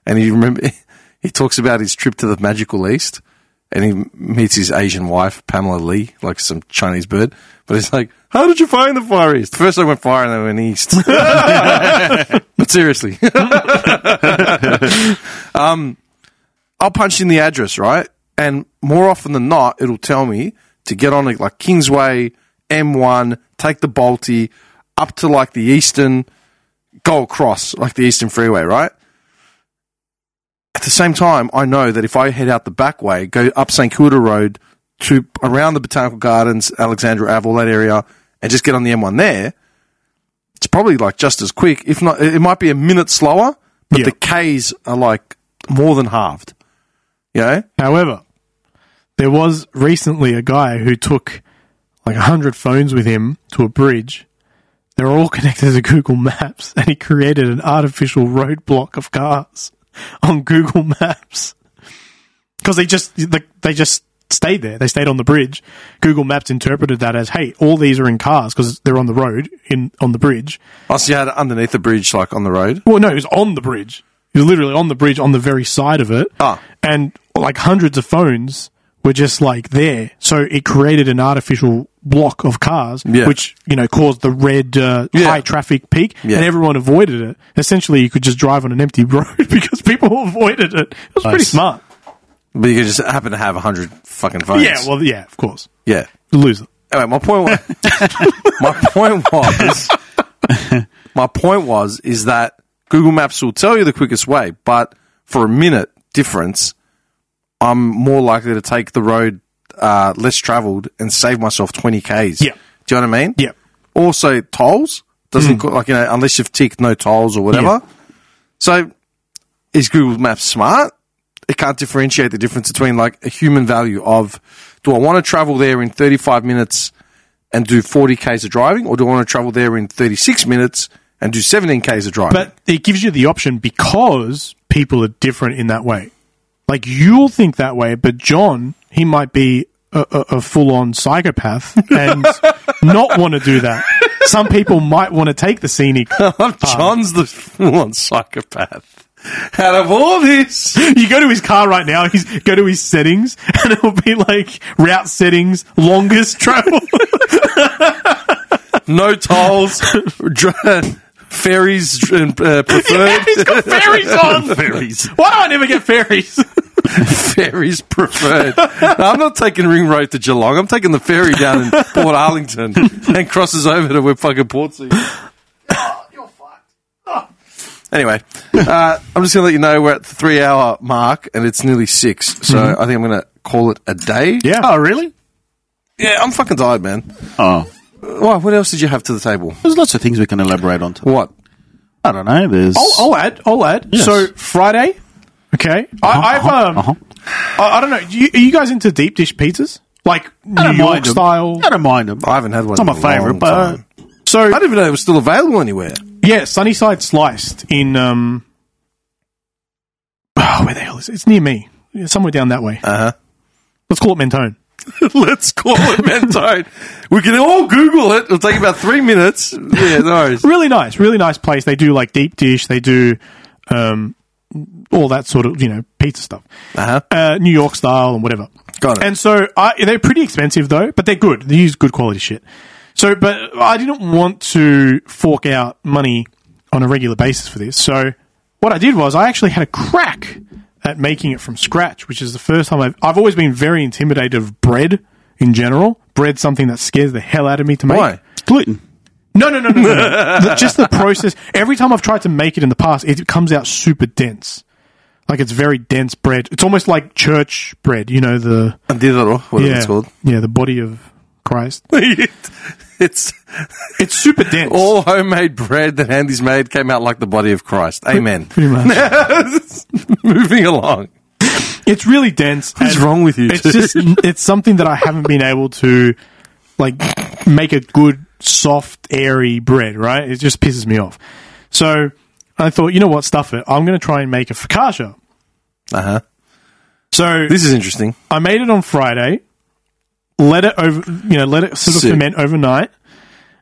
And he remember [LAUGHS] he talks about his trip to the magical east, and he meets his Asian wife Pamela Lee, like some Chinese bird. But it's like, how did you find the far east? First I went far and then I went east. [LAUGHS] but seriously, I'll punch in the address, right? And more often than not, it'll tell me to get on like Kingsway, M1, take the Balti, up to like the Eastern, go across like the Eastern Freeway, right? At the same time, I know that if I head out the back way, go up St Kilda Road to around the Botanical Gardens, Alexandra Ave, all that area, and just get on the M1 there, it's probably like just as quick. If not, it it might be a minute slower, but Yeah. the Ks are like more than halved. You know? However, there was recently a guy who took like 100 phones with him to a bridge. They're all [LAUGHS] connected to Google Maps, and he created an artificial roadblock of cars [LAUGHS] on Google Maps because they just they, they just stayed there. They stayed on the bridge. Google Maps interpreted that as, "Hey, all these are in cars because they're on the road in on the bridge." I see how underneath the bridge, like on the road. Well, no, he was on the bridge. He was literally on the bridge on the very side of it. Ah. And like hundreds of phones were just like there. So it created an artificial block of cars, Yeah. which, you know, caused the red uh, Yeah. high traffic peak Yeah. and everyone avoided it. Essentially, you could just drive on an empty [LAUGHS] road because people [LAUGHS] avoided it. It was pretty Nice. smart. But you could just happen to have hundred fucking phones. Yeah, well, yeah, of course. yeah. Loser. Anyway, my point [LAUGHS] was, my point was, my point was, is that Google Maps will tell you the quickest way, but for a minute difference, I'm more likely to take the road uh, less traveled and save myself twenty k's. Yeah. do you know what I mean? Yeah. Also, tolls Hmm. doesn't co- like you know unless you've ticked no tolls or whatever. So, is Google Maps smart? It can't differentiate the difference between like a human value of do I want to travel there in 35 minutes and do 40 k's of driving, or do I want to travel there in 36 minutes and do 17 k's of driving? But it gives you the option because people are different in that way. Like you'll think that way, but John, he might be a, a, a full on psychopath [LAUGHS] and not want to do that. Some people might want to take the scenic. [LAUGHS] [LAUGHS] John's um, the [LAUGHS] full-on psychopath. Out of all this, You go to his car right now. He's go to his settings, [LAUGHS] and it'll be like route settings, longest [LAUGHS] travel. no [LAUGHS] tolls, dr- ferries and uh, [LAUGHS] preferred. He's got ferries [LAUGHS] on. Ferries. [LAUGHS] Why do I never get ferries? ferries preferred. No, I'm not taking Ring Road to Geelong. I'm taking the ferry down in Port Arlington and crosses over to where fucking Portsea. Anyway, uh, I'm just going to let you know we're at the three hour [LAUGHS] mark and it's nearly six. So I think I'm going to call it a day. Yeah. Oh, really? Yeah, I'm fucking tired, man. Oh, Why? What else did you have to the table? there's lots of things we can elaborate on. What? I don't know. There's I'll, I'll add. I'll add. Yes. So Friday. Okay. I, I've um. uh-huh. I, I don't know. You, are you guys into deep dish pizzas? Like I don't New York mind 'em. style. I don't mind them. I haven't had one. It's not in my a long favorite, but time. So I didn't even know it was still available anywhere. yeah, Sunnyside sliced in um. [SIGHS] Oh, where the hell is it? It's near me. Yeah, Somewhere down that way. Uh-huh. Let's call it Mentone. Let's call it Mentone. we can all Google it. It'll take about three minutes. Yeah, no. worries. Really nice, really nice place. They do like deep dish. They do um, all that sort of you know pizza stuff, Uh-huh. uh, New York style and whatever. Got it. And so I, they're pretty expensive though, but they're good. They use good quality shit. So, but I didn't want to fork out money on a regular basis for this. So, what I did was I actually had a crack at making it from scratch, which is the first time I've. I've always been very intimidated of bread in general. Bread's something that scares the hell out of me to make. Why? gluten. No, no, no, no, [LAUGHS] no. no. The- just the process. Every time I've tried to make it in the past, it comes out super dense. Like it's very dense bread. It's almost like church bread. You know the Didero, whatever yeah, it's [LAUGHS] called. yeah the body of Christ. it's It's super dense. all homemade bread that Andy's made came out like the body of Christ. Amen. pretty much. [LAUGHS] Moving along. It's really dense. What's and wrong with you It's two? [LAUGHS] just it's something that I haven't been able to like make a good soft airy bread. Right? It just pisses me off. So I thought, you know what? Stuff it. I'm going to try and make a focaccia. Uh huh. So This is interesting. I made it on Friday. Let it over, you know, let it sort of Sick. ferment overnight,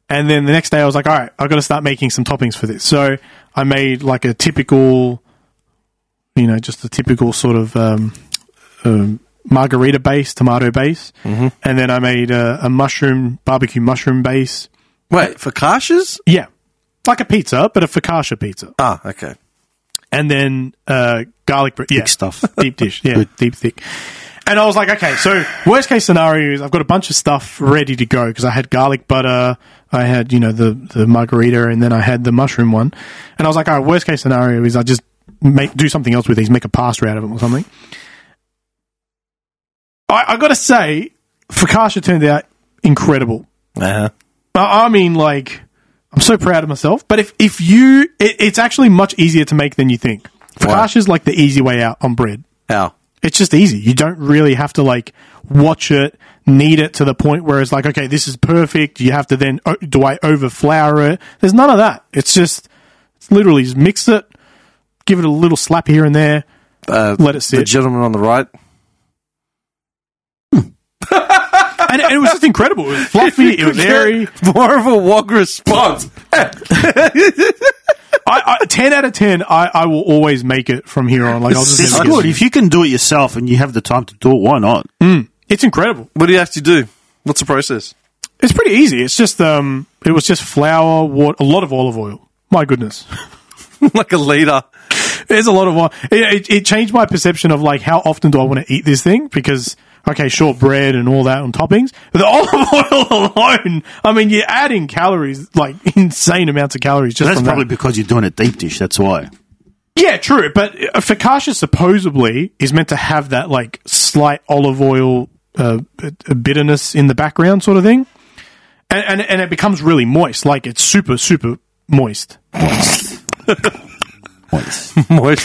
and then the next day I was like, all right, I've got to start making some toppings for this. So I made like a typical, you know, just a typical sort of um, um, margarita base, tomato base, and then I made a, a mushroom barbecue mushroom base. Wait, for Kasha's? Yeah, like a pizza, but a focaccia pizza, Ah, okay. and then uh, garlic bread. Yeah. Big stuff. [LAUGHS] deep dish, yeah, deep thick. And I was like, okay, so worst case scenario is I've got a bunch of stuff ready to go because I had garlic butter, I had you know the the margarita, and then I had the mushroom one. And I was like, all right, worst case scenario is I just make do something else with these, make a pasta out of them or something. I, I got to say, focaccia turned out incredible. Uh huh. I I mean, like, I'm so proud of myself. But if if you, it, it's actually much easier to make than you think. Focaccia is like the easy way out on bread. How? It's just easy. You don't really have to like watch it, knead it to the point where it's like, okay, this is perfect. You have to then o- do I overflour it? There's none of that. It's just it's literally just mix it, give it a little slap here and there, Uh, let it the sit, gentleman on the right. and, and it was just incredible. It [LAUGHS] was fluffy. It was airy. More of a wog response. I, I, ten out of ten. I, I will always make it from here on. Like I'll just It's never get good sick. if you can do it yourself and you have the time to do it. Why not? Hmm. It's incredible. What do you have to do? What's the process? [LAUGHS] It's pretty easy. It's just um, it was just flour, water, a lot of olive oil. My goodness. [LAUGHS] like a leader. There's a lot of one. It, it, it changed my perception of like how often do I want to eat this thing because okay, sure, bread and all that on toppings, but the [LAUGHS] olive oil alone. I mean, you're adding calories like [LAUGHS] insane amounts of calories just That's from probably that. because you're doing a deep dish. That's why. Yeah, true. But uh, focaccia supposedly is meant to have that like slight olive oil uh, bit- bitterness in the background, sort of thing, and, and and it becomes really moist. Like it's super super moist. Moist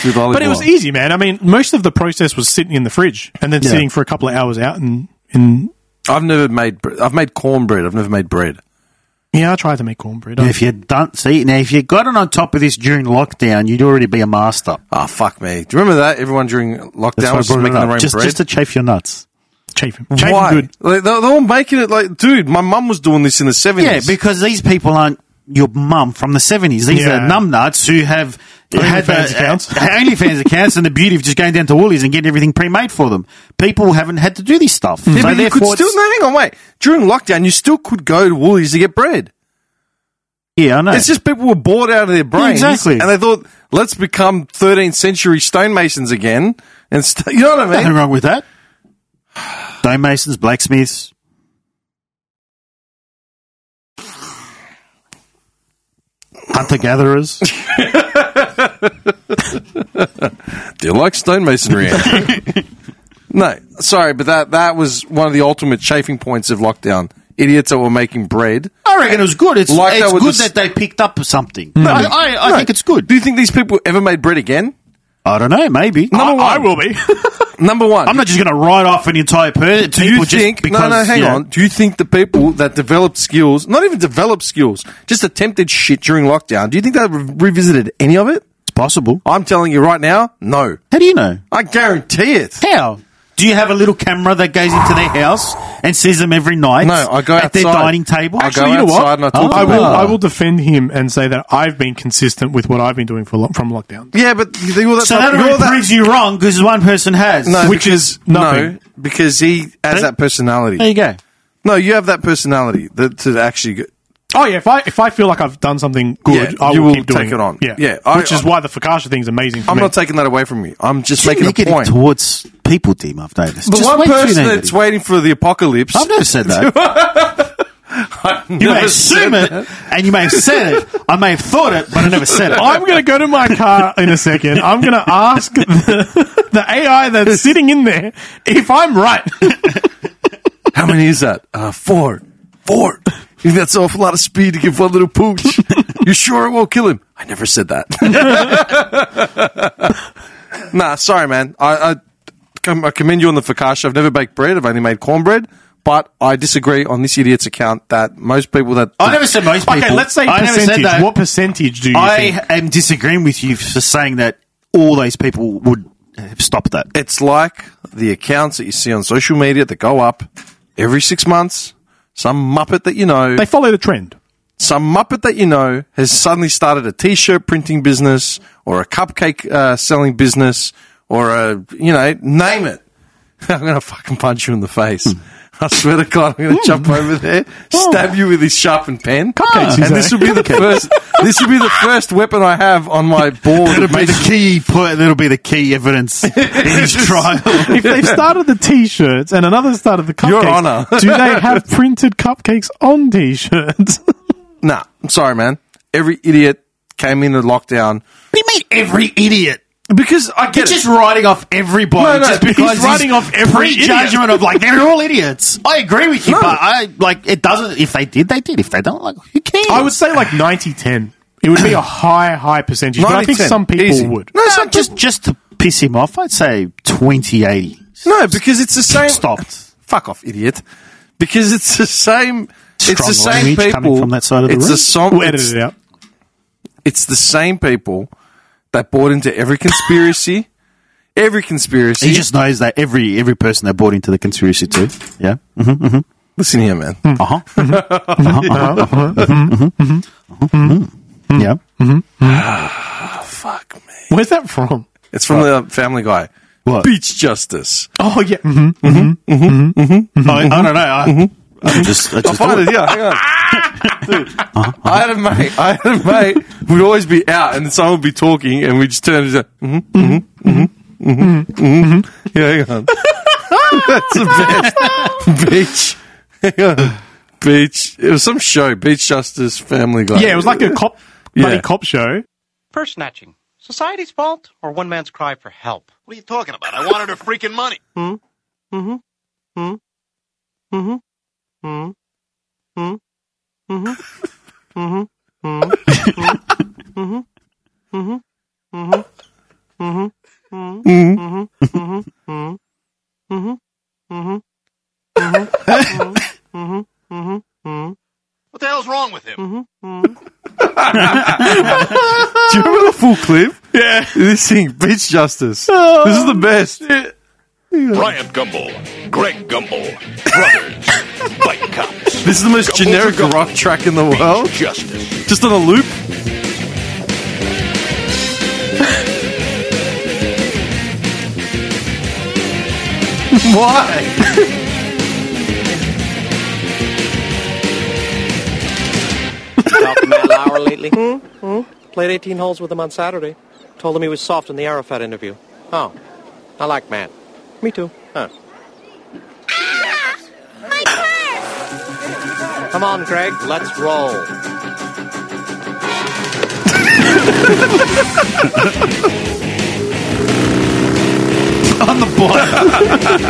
with olive But it was e- oil. easy, man. I mean, most of the process was sitting in the fridge and then sitting for a couple of hours out and in. I've never made. bre- I've made cornbread. I've never made bread. Yeah, I tried to make cornbread. I- If you done see now, if you got it on top of this during lockdown, you'd already be a master. Ah, fuck me. Do you remember that? Everyone during That's lockdown why I was just brought it making up. their own just, bread. just to chafe your nuts. chafing, chafing Why? good. Like, they're, they're all making it like, dude, my mum was doing this in the 70s. Yeah, because these people aren't your mum from the seventies. These Yeah. are numbnuts who have had OnlyFans [LAUGHS] the- accounts. uh, OnlyFans accounts, and the beauty of just going down to Woolies and getting everything pre-made for them. People haven't had to do this stuff. Yeah, but you could therefore still. it's- No, hang on, wait. During lockdown, you still could go to Woolies to get bread. yeah, I know. It's just people were bored out of their brains. exactly. And they thought, let's become 13th century stonemasons again. And st- [LAUGHS] You know what I nothing [LAUGHS] mean? wrong with that. Stonemasons, blacksmiths. Hunter gatherers. [LAUGHS] Do you like stonemasonry? Andy? No, sorry, but that that was one of the ultimate chafing points of lockdown. Idiots that were making bread. [LAUGHS] I reckon it was good. It's, Like that it's with good the s- that they picked up something. I, I, I think it's good. Do you think these people ever made bread again? I don't know. Maybe Number I, I one. will be. Number one. I'm not just going to write off an entire person. do you think? no, no, hang on. Do you think the people that developed skills, not even developed skills, just attempted shit during lockdown? Do you think they re- revisited any of it? It's possible. I'm telling you right now, no. How do you know? I guarantee it. How? Do you have a little camera that goes into their house and sees them every night? No, I go at their outside. dining table. I Actually, go you know what? outside and I Oh. talk to I will. people. Ah. I will defend him and say that I've been consistent with what I've been doing for lo- from lockdown. Yeah, but you think all that so type- that you're already that- proves you wrong because one person has. no, which because- is nothing. No, because he has that personality. There you go. No, you have that personality that to actually. Go- Oh yeah, if I if I feel like I've done something good, Yeah, I you will, will keep doing take it on. Yeah, Yeah, I- which is I- why the Fakasha thing is amazing. For I'm me. not taking that away from you. I'm just making a Negative point. towards people, team. I've noticed. The Just one way too person negative. that's waiting for the apocalypse. I've never said that. [LAUGHS] You may never have assume said it, and you may have said it. I may have thought it, but I never [LAUGHS] said it. I'm going to go to my [LAUGHS] car in a second. I'm going to ask the, the AI that's sitting in there if I'm right. How many is that? Uh, four. Four. You think that's an awful lot of speed to give one little [LAUGHS] pooch? you sure it won't kill him? I never said that. [LAUGHS] nah, sorry, man. I, I, com- I commend you on the focaccia. I've never baked bread. I've only made cornbread. But I disagree on this idiot's account that most people that I never said most people. Okay, let's say I never said percentage. that. What percentage do you think? I am disagreeing with you for saying that all those people would have stopped that. it's like the accounts that you see on social media that go up every six months. Some muppet that you know, They follow the trend. some muppet that you know, has suddenly started a t-shirt printing business or a cupcake uh, selling business or a you know, name it. [LAUGHS] I'm gonna fucking punch you in the face. I swear to God, I'm gonna jump over there, stab you with this sharpened pen, Cupcakes, you and this say. will be the first. This will be the first weapon I have on my board. That'll be the key point. That'll be the key [LAUGHS] evidence in his trial. If they've started the T-shirts and another started the cupcakes, Your Honor. do [LAUGHS] they have printed cupcakes on T-shirts? Nah, I'm sorry, man. Every idiot came into lockdown What do you mean every idiot? because I get You're it. just writing off everybody No, no, just because he's writing off every idiot. prejudgment of like they're all idiots. I agree with you, but I like it doesn't. If they did, they did. If they don't, like who cares? I would say like 90-10. It would be a high, high percentage, but I think 90%. some people Easy. would. No, No, some just just to piss him off, I'd say 2080. No, because it's the same. Stopped. Fuck off, idiot. Because it's the same. it's Strong the same language people coming from that side of the it's room. song, We'll edit it's, it out. it's the same people that bought into every conspiracy, every conspiracy. He just knows that every every person they bought into the conspiracy too. Yeah. listen here, man. Uh huh. Yeah. Fuck me. Where's that from? It's from the Family Guy. What? Beach justice. Oh yeah, hmm I, I don't know. I, I just, Mm-hmm. I'll [LAUGHS] I just find Oh, it. Yeah, hang on. [LAUGHS] Uh-huh, Dude, I had a mate. I had a mate. We'd always be out, and someone would be talking, and we just turn and just, mm-hmm, mm-hmm, mm-hmm, mm-hmm. Yeah, hang on. [LAUGHS] That's the best. Beach. Hang on. Beach. It was some show. Beach Justice Family Guy. yeah. It was like a cop, buddy Yeah. cop show. Purse snatching. Society's fault or one man's cry for help? What are you talking about? I wanted her freaking money. What the hell's wrong with him? Do you remember the full clip? Yeah. This thing, Beach Justice. Oh. this is the best. Bryant Gumbel, Greg Gumbel, brothers, bike cops, This is the most Gumbel to generic Gumbel. rock track in the world. justice. Just on a [LAUGHS] loop. Why? Talked to Matt Lauer lately. Mm-hmm. Played 18 holes with him on Saturday. Told him he was soft in the Arafat interview. Oh, I like Matt. Me too. Huh. Come on, Greg. Let's roll. on the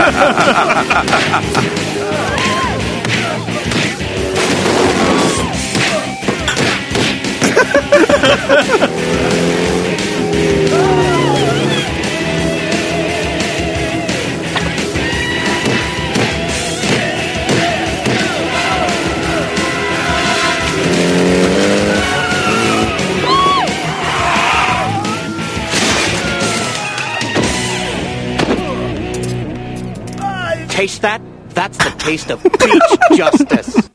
Taste that? That's the taste of [LAUGHS] beach justice.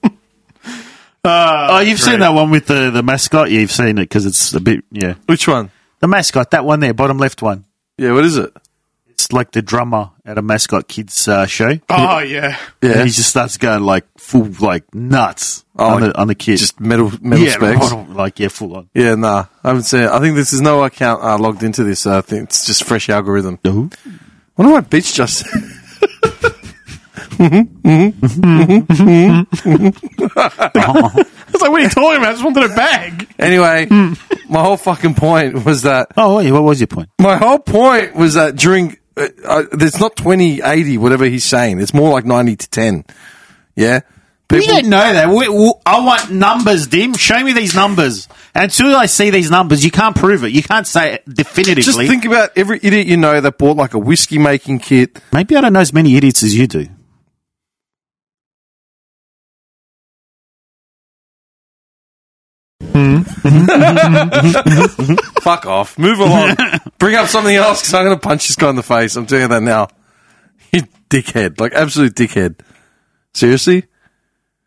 oh, you've seen that one with the, the mascot. Yeah, you've seen it because it's a bit yeah. Which one? The mascot, that one there, bottom left one. Yeah, what is it? It's like the drummer at a mascot kids uh, show. Oh yeah. Yeah, And he just starts going like full like nuts Oh, on like the on the kid. just metal metal yeah, specs. bottom- like yeah, full [LAUGHS] on. Yeah, nah, I haven't seen. It. I think this is no account uh, logged into this. Uh, I think it's just fresh algorithm. Ooh. Wonder why bitch just. I was like, what are you talking about? I just wanted a bag. [LAUGHS] anyway, Hmm. my whole fucking point was that Oh, wait, what was your point? My whole point was that during uh, uh, it's not 20 80 whatever he's saying. It's more like 90 to 10. Yeah. We don't know that. We, we, I want numbers, Dim. Show me these numbers. And until I see these numbers, you can't prove it. You can't say it definitively. just think about every idiot you know that bought like a whiskey making kit. Maybe I don't know as many idiots as you do. Fuck off. Move along. Bring up something else because I'm going to punch this guy in the face. I'm telling you that now. You dickhead. Like, absolute dickhead. Seriously?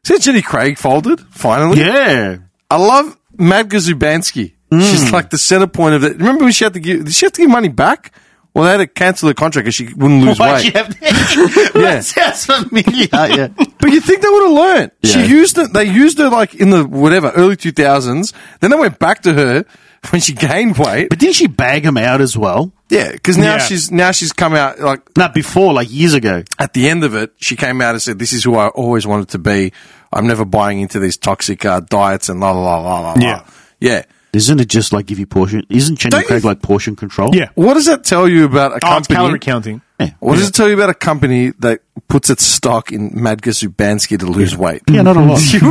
See how Jenny Craig folded? Finally? Yeah. I love Madga Zubanski. Hmm. She's like the center point of it. Remember when she had to give? Did she have to give money back? Well, they had to cancel the contract because she wouldn't [LAUGHS] lose Why'd weight. you [LAUGHS] have that? Yeah. that sounds familiar. [LAUGHS] yeah. But you think they would have learned? Yeah. She used it. They used her like in the whatever early two thousands. Then they went back to her [LAUGHS] when she gained weight. But didn't she bag him out as well? Yeah, because now Yeah. she's now she's come out like No, before, like years ago. at the end of it. She came out and said, "This is who I always wanted to be. I'm never buying into these toxic uh, diets and la la la la la." la." Yeah. yeah. Isn't it just like give you portion? Isn't Don't Jenny you Craig th- like portion control? Yeah. What does that tell you about a Oh, it's company? calorie counting. Yeah. What does it tell you about a company that puts its stock in Madga Zubanski to lose weight? [LAUGHS] Yeah, not [LAUGHS] a lot. Do you, do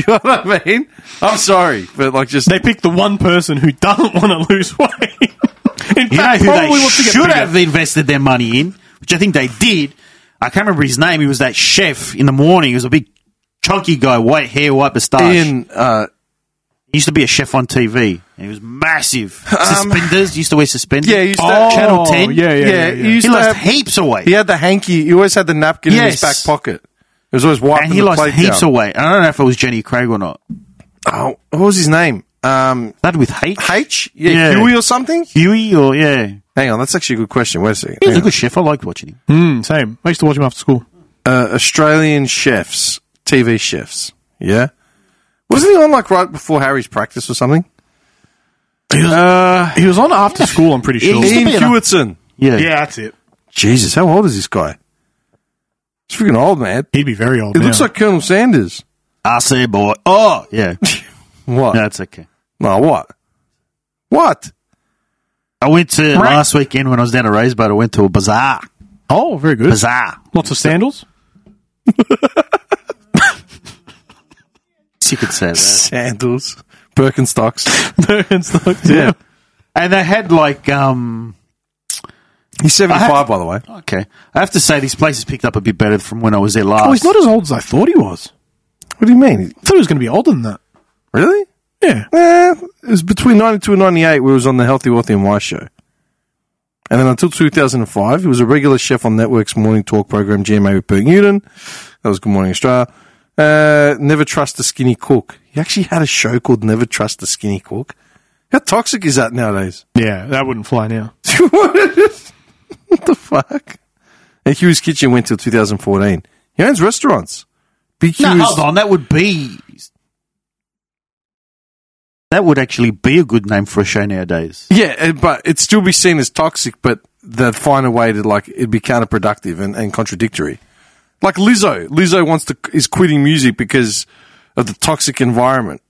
you know what I mean? I'm sorry, but like just They picked the one person who doesn't want to lose weight. In You know fact, probably who they wants to get should bigger. have invested their money in, which I think they did. I can't remember his name. He was that chef in the morning. He was a big, chunky guy, white hair, white moustache. Ian, uh, He used to be a chef on TV. And he [LAUGHS] was massive. suspenders. He used to wear suspenders. Um, yeah, he used to- oh, Channel Oh, 10. yeah, yeah, yeah, yeah, yeah. he used He to have, lost heaps of weight. he had the hanky. He always had the napkin in his Yes. back pocket. It was always wiping And he the lost plate heaps down. of weight. And I don't know if it was Jenny Craig or not. oh, what was his name? Um, That with H? H? Yeah, Yeah. Huey or something? Huey or, yeah. Hang on, that's actually a good question. Wait a second. He was Hang a on. good chef. I liked watching him. Hmm. Mm, same. I used to watch him after school. uh, Australian chefs, TV chefs. Yeah. Wasn't he on like right before Harry's practice or something? He was on after school, I'm pretty sure. He's Ian a bit of- Hewitson. Yeah. Yeah, that's it. Jesus, how old is this guy? He's freaking old, man. He'd be very old. It looks now. like Colonel Sanders. I say, boy. Oh, [LAUGHS] yeah. What? That's okay. No, what? What? I went to last weekend when I was down at Rosebud. I went to a bazaar. oh, very good. Bazaar. Lots of sandals. [LAUGHS] You could say that. Sandals. Birkenstocks. and stuff. yeah. And they had like, um, He's 75, I have- by the way. okay. I have to say this place has picked up a bit better from when I was there last. Oh, he's not as old as I thought he was. What do you mean? I thought he was going to be older than that. Really? Yeah. Eh, it was between 92 and 98 where it was on the Healthy, Wealthy and Wise show. And then until 2005, he was a regular chef on Network's morning talk program, GMA with Bert Newton. That was Good Morning Australia. Uh, Never Trust a Skinny Cook. He actually had a show called Never Trust a Skinny Cook. How toxic is that nowadays? [LAUGHS] Yeah, that wouldn't fly now. what the fuck? And Hughes Kitchen went till 2014. He owns restaurants. Big No, Hughes. hold on. That would be. That would actually be a good name for a show nowadays. Yeah, and- but it'd still be seen as toxic, but they'd find a way to like it'd be counterproductive and, and contradictory. Like Lizzo, Lizzo wants to is quitting music because of the toxic environment.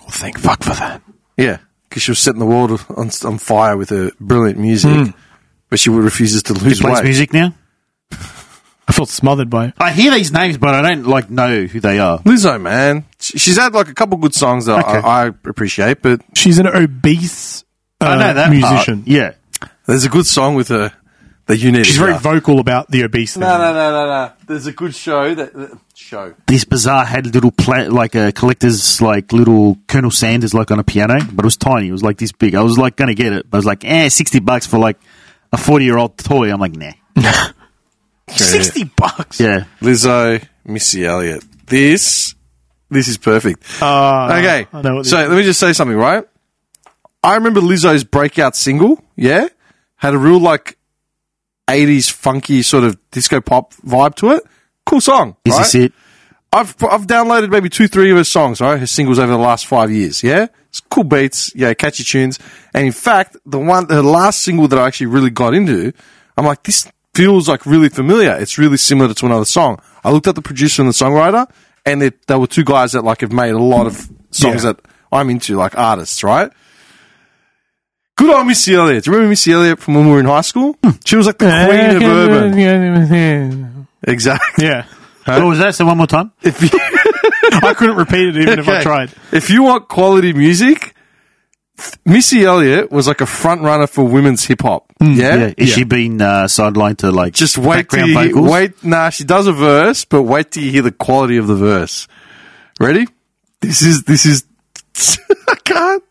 Well, thank fuck for that. Hmm. Yeah, because she was setting the world on on fire with her brilliant music. but she refuses to lose He plays weight. music now. I felt smothered by it. I hear these names, but I don't like know who they are. Lizzo, man, She- she's had like a couple good songs that Okay. I, I appreciate, but She's an obese uh, I know that musician. Part. Yeah, there's a good song with her that you need. She's to very hear. vocal about the obese thing. No, no, no, no, no. There's a good show that, that show. these bizarre had little pla- like a collector's like little Colonel Sanders like on a piano, but it was tiny. It was like this big. I was like gonna get it, but I was like, eh, sixty bucks for like a forty year old toy. I'm like, nah. Sixty bucks. Yeah, Lizzo, Missy Elliott. This, this is perfect. Uh, okay, I know what so this- let me just say something, right? I remember Lizzo's breakout single. Yeah, had a real like '80s funky sort of disco pop vibe to it. Cool song. is right? this it? I've I've downloaded maybe two, three of her songs, right? Her singles over the last five years. Yeah, it's cool beats, yeah, catchy tunes. And in fact, the one, her last single that I actually really got into, I'm like, this feels like really familiar. It's really similar to another song. I looked up the producer and the songwriter, and it, there were two guys that like have made a lot of songs Yeah. that I'm into, like artists, right? Good old Missy Elliott. Do you remember Missy Elliott from when we were in high school? Hmm. She was like the queen of urban. [LAUGHS] Exactly. Yeah. What was that? So one more time. If you- I couldn't repeat it even if I Okay. tried. If you want quality music, Missy Elliott was like a front runner for women's hip hop. yeah? Hmm, Yeah, is she being uh, sidelined to like Just wait till background you hear- vocals? wait. Nah, she does a verse, but wait till you hear the quality of the verse. Ready? This is this is. [LAUGHS] I can't.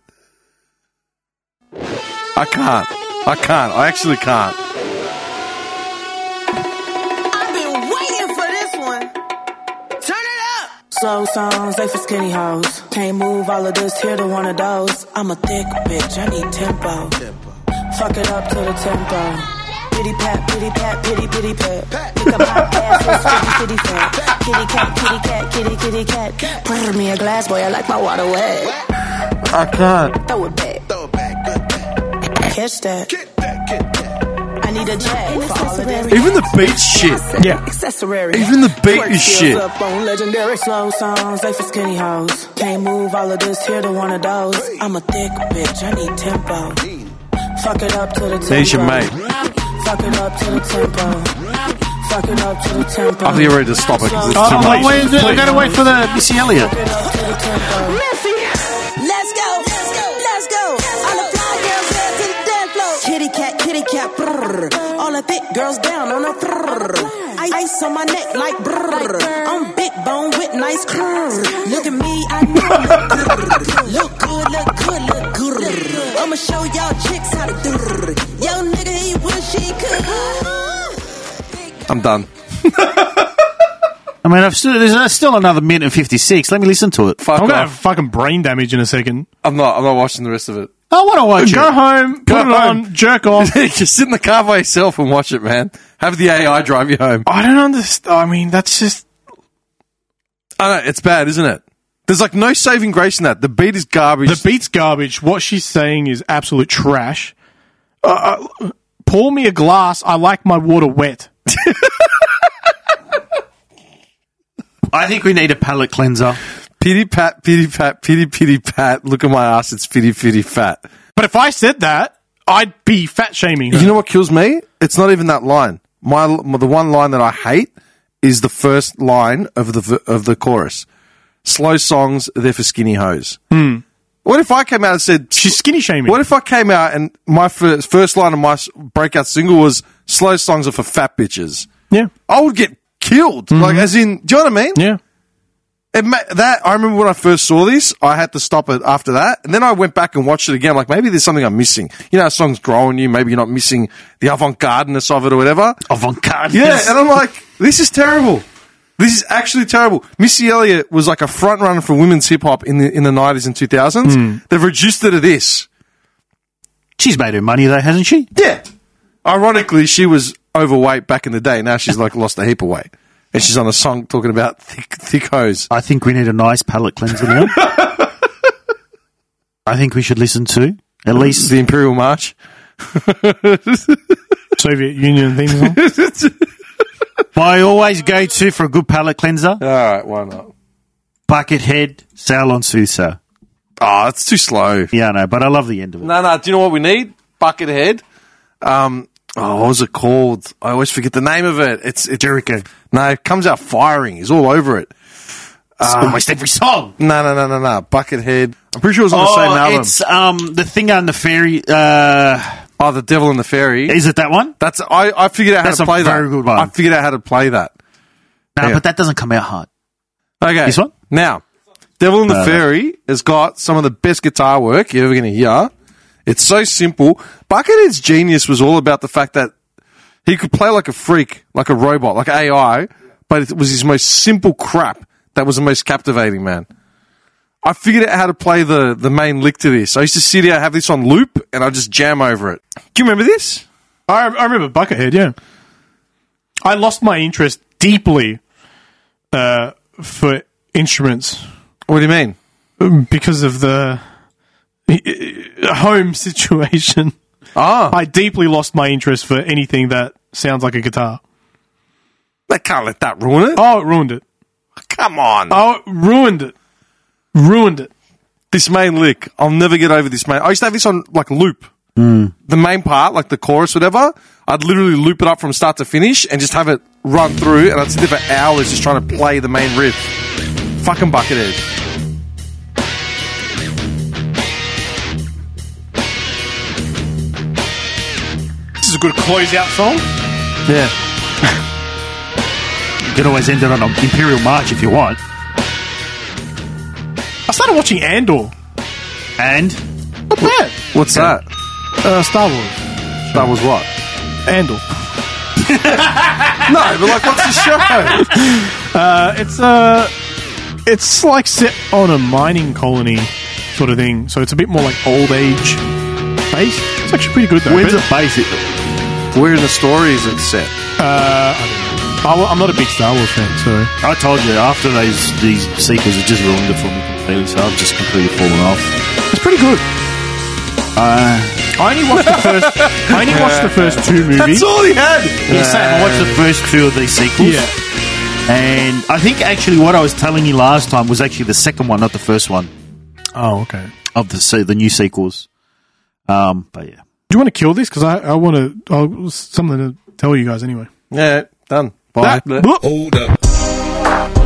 I can't. I can't. I actually can't. I've been waiting for this one. Turn it up. Slow songs, they for skinny hoes. Can't move all of this here to one of those. I'm a thick bitch, I need tempo. Fuck it up to the tempo. Pity pat, pity pat, pity pity pat. Pick up my ass, it's kitty kitty fat. Kitty cat, kitty cat, kitty kitty cat. Pour me a glass, boy, I like my water wet. I can't. Throw it back. Catch that. I need a jack for all of this. Even the beat shit. Yeah. Accessory. Even the beat Twerk is skills shit. Up on legendary slow songs, they for skinny hoes. Can't move all of this here to one of those. I'm a thick bitch, I need tempo. Fuck it up to the tempo. There's your mate. Fuck it up to the tempo. Fuck it up to the tempo. I think you're ready to stop it 'cause it's Oh, Slow too songs, much. fuck Wait, I gotta wait for the Missy Elliott. it up to the tempo. Let's go, let's go, let's go. All the fly girls dance to the dance floor. Kitty cat, kitty cat, brrr. All the thick girls down on the brrr. I- Ice on my neck like brrr. I'm big bone with nice curve. Look at me, I know I look good. Look good, look good, look good. I'ma show y'all chicks how to do. Yo nigga, he wish he could. I'm done. I mean, I've still, there's uh, still another minute and fifty six. Let me listen to it. Fuck I'm gonna have off. fucking brain damage in a second. I'm not. I'm not watching the rest of it. I want to watch Go it. home, Go put it home. on, jerk [LAUGHS] [LAUGHS] off. just sit in the car by yourself and watch it, man. Have the AI drive you home. I don't understand. I mean, that's just I know, it's bad, isn't it? There's like no saving grace in that. The beat is garbage. the beat's garbage. What she's saying is absolute trash. Uh, uh, pour me a glass. I like my water wet. I think we need a palate cleanser. pity pat, pity pat, pity pity pat. Look at my ass, it's fitty fitty fat. But if I said that, I'd be fat shaming her. You know what kills me? It's not even that line. My, my the one line that I hate is the first line of the v- of the chorus. Slow songs, they're for skinny hoes. What if I came out and said Hmm. she's skinny shaming. What if I came out and my first, first line of my s- breakout single was "Slow songs are for fat bitches"? yeah, Mm-hmm. I would get killed. Like, as in, do you know what I mean? yeah. It ma- that I remember when I first saw this, I had to stop it after that, and then I went back and watched it again. Like, maybe there's something I'm missing. You know, a song's growing you. Maybe you're not missing the avant-gardeness of it or whatever. Avant garde. Yeah, and I'm like, this is terrible. This is actually terrible. Missy Elliott was like a front runner for women's hip hop in the in the 90s and 2000s. They've reduced it to this. she's made her money though, hasn't she? Yeah. Ironically, she was overweight back in the day. Now she's like lost a heap of weight. And she's on a song talking about thick, thick hoes. I think we need a nice palate cleanser [LAUGHS] now. I think we should listen to at least. The Imperial March. Soviet Union theme song. I always go to for a good palate cleanser. All right, why not? Buckethead, Salon Sousa. Oh, it's too slow. Yeah, I know, but I love the end of it. No, no. Do you know what we need? Buckethead. Um, Oh, what was it called? I always forget the name of it. It's, it's Jericho. No, it comes out firing. He's all over it. It's almost every song. No, no, no, no, no. Buckethead. I'm pretty sure it was on the Oh, same album. It's um the thing on the ferry. Uh, oh, the Devil and the Fairy. Is it that one? That's I. I figured out how That's to a play that. very good one. I figured out how to play that. No, Yeah. but that doesn't come out hard. Okay. This one? Now, Devil and the Uh, Fairy has got some of the best guitar work you're ever going to hear. It's so simple. Buckethead's genius was all about the fact that he could play like a freak, like a robot, like AI, but it was his most simple crap that was the most captivating, man. I figured out how to play the, the main lick to this. I used to sit here, have this on loop, and I just jam over it. Do you remember this? I, I remember Buckethead, yeah. I lost my interest deeply uh, for instruments What do you mean? because of the uh, home [LAUGHS] situation. Ah. I deeply lost my interest for anything that sounds like a guitar. They can't let that ruin it. Oh, it ruined it. Come on. Oh, it ruined it. Ruined it. This main lick, I'll never get over this main. I used to have this on like loop. The main part, like the chorus, whatever, I'd literally loop it up from start to finish and just have it run through, and I'd sit there for hours just trying to play the main riff. Fucking buckethead. This is a good closeout song. Yeah. You can always end it on an Imperial March if you want. I started watching Andor. And Not bad. What's that? Uh, Star Wars. That was what? Andor. No, but like, what's the show? Uh, it's uh, it's like set on a mining colony sort of thing. So it's a bit more like old age based. It's actually pretty good though. where's But, it basic? Where in the story is it set? uh, I don't know. I, am not a big Star Wars fan, so I told you after these these sequels, it just ruined it for me completely. So I've just completely fallen off. it's pretty good. Uh, I only watched the first. I only watched the first [LAUGHS] two movies. That's all he had. Yeah, same. I watched the first two of these sequels. Yeah. And I think actually what I was telling you last time was actually the second one, not the first one Oh, okay. of the se- the new sequels. Um, but yeah, Do you want to kill this? Because I, I want to. I'll something to tell you guys anyway. Yeah, done. Bye. That- Blah. Hold up.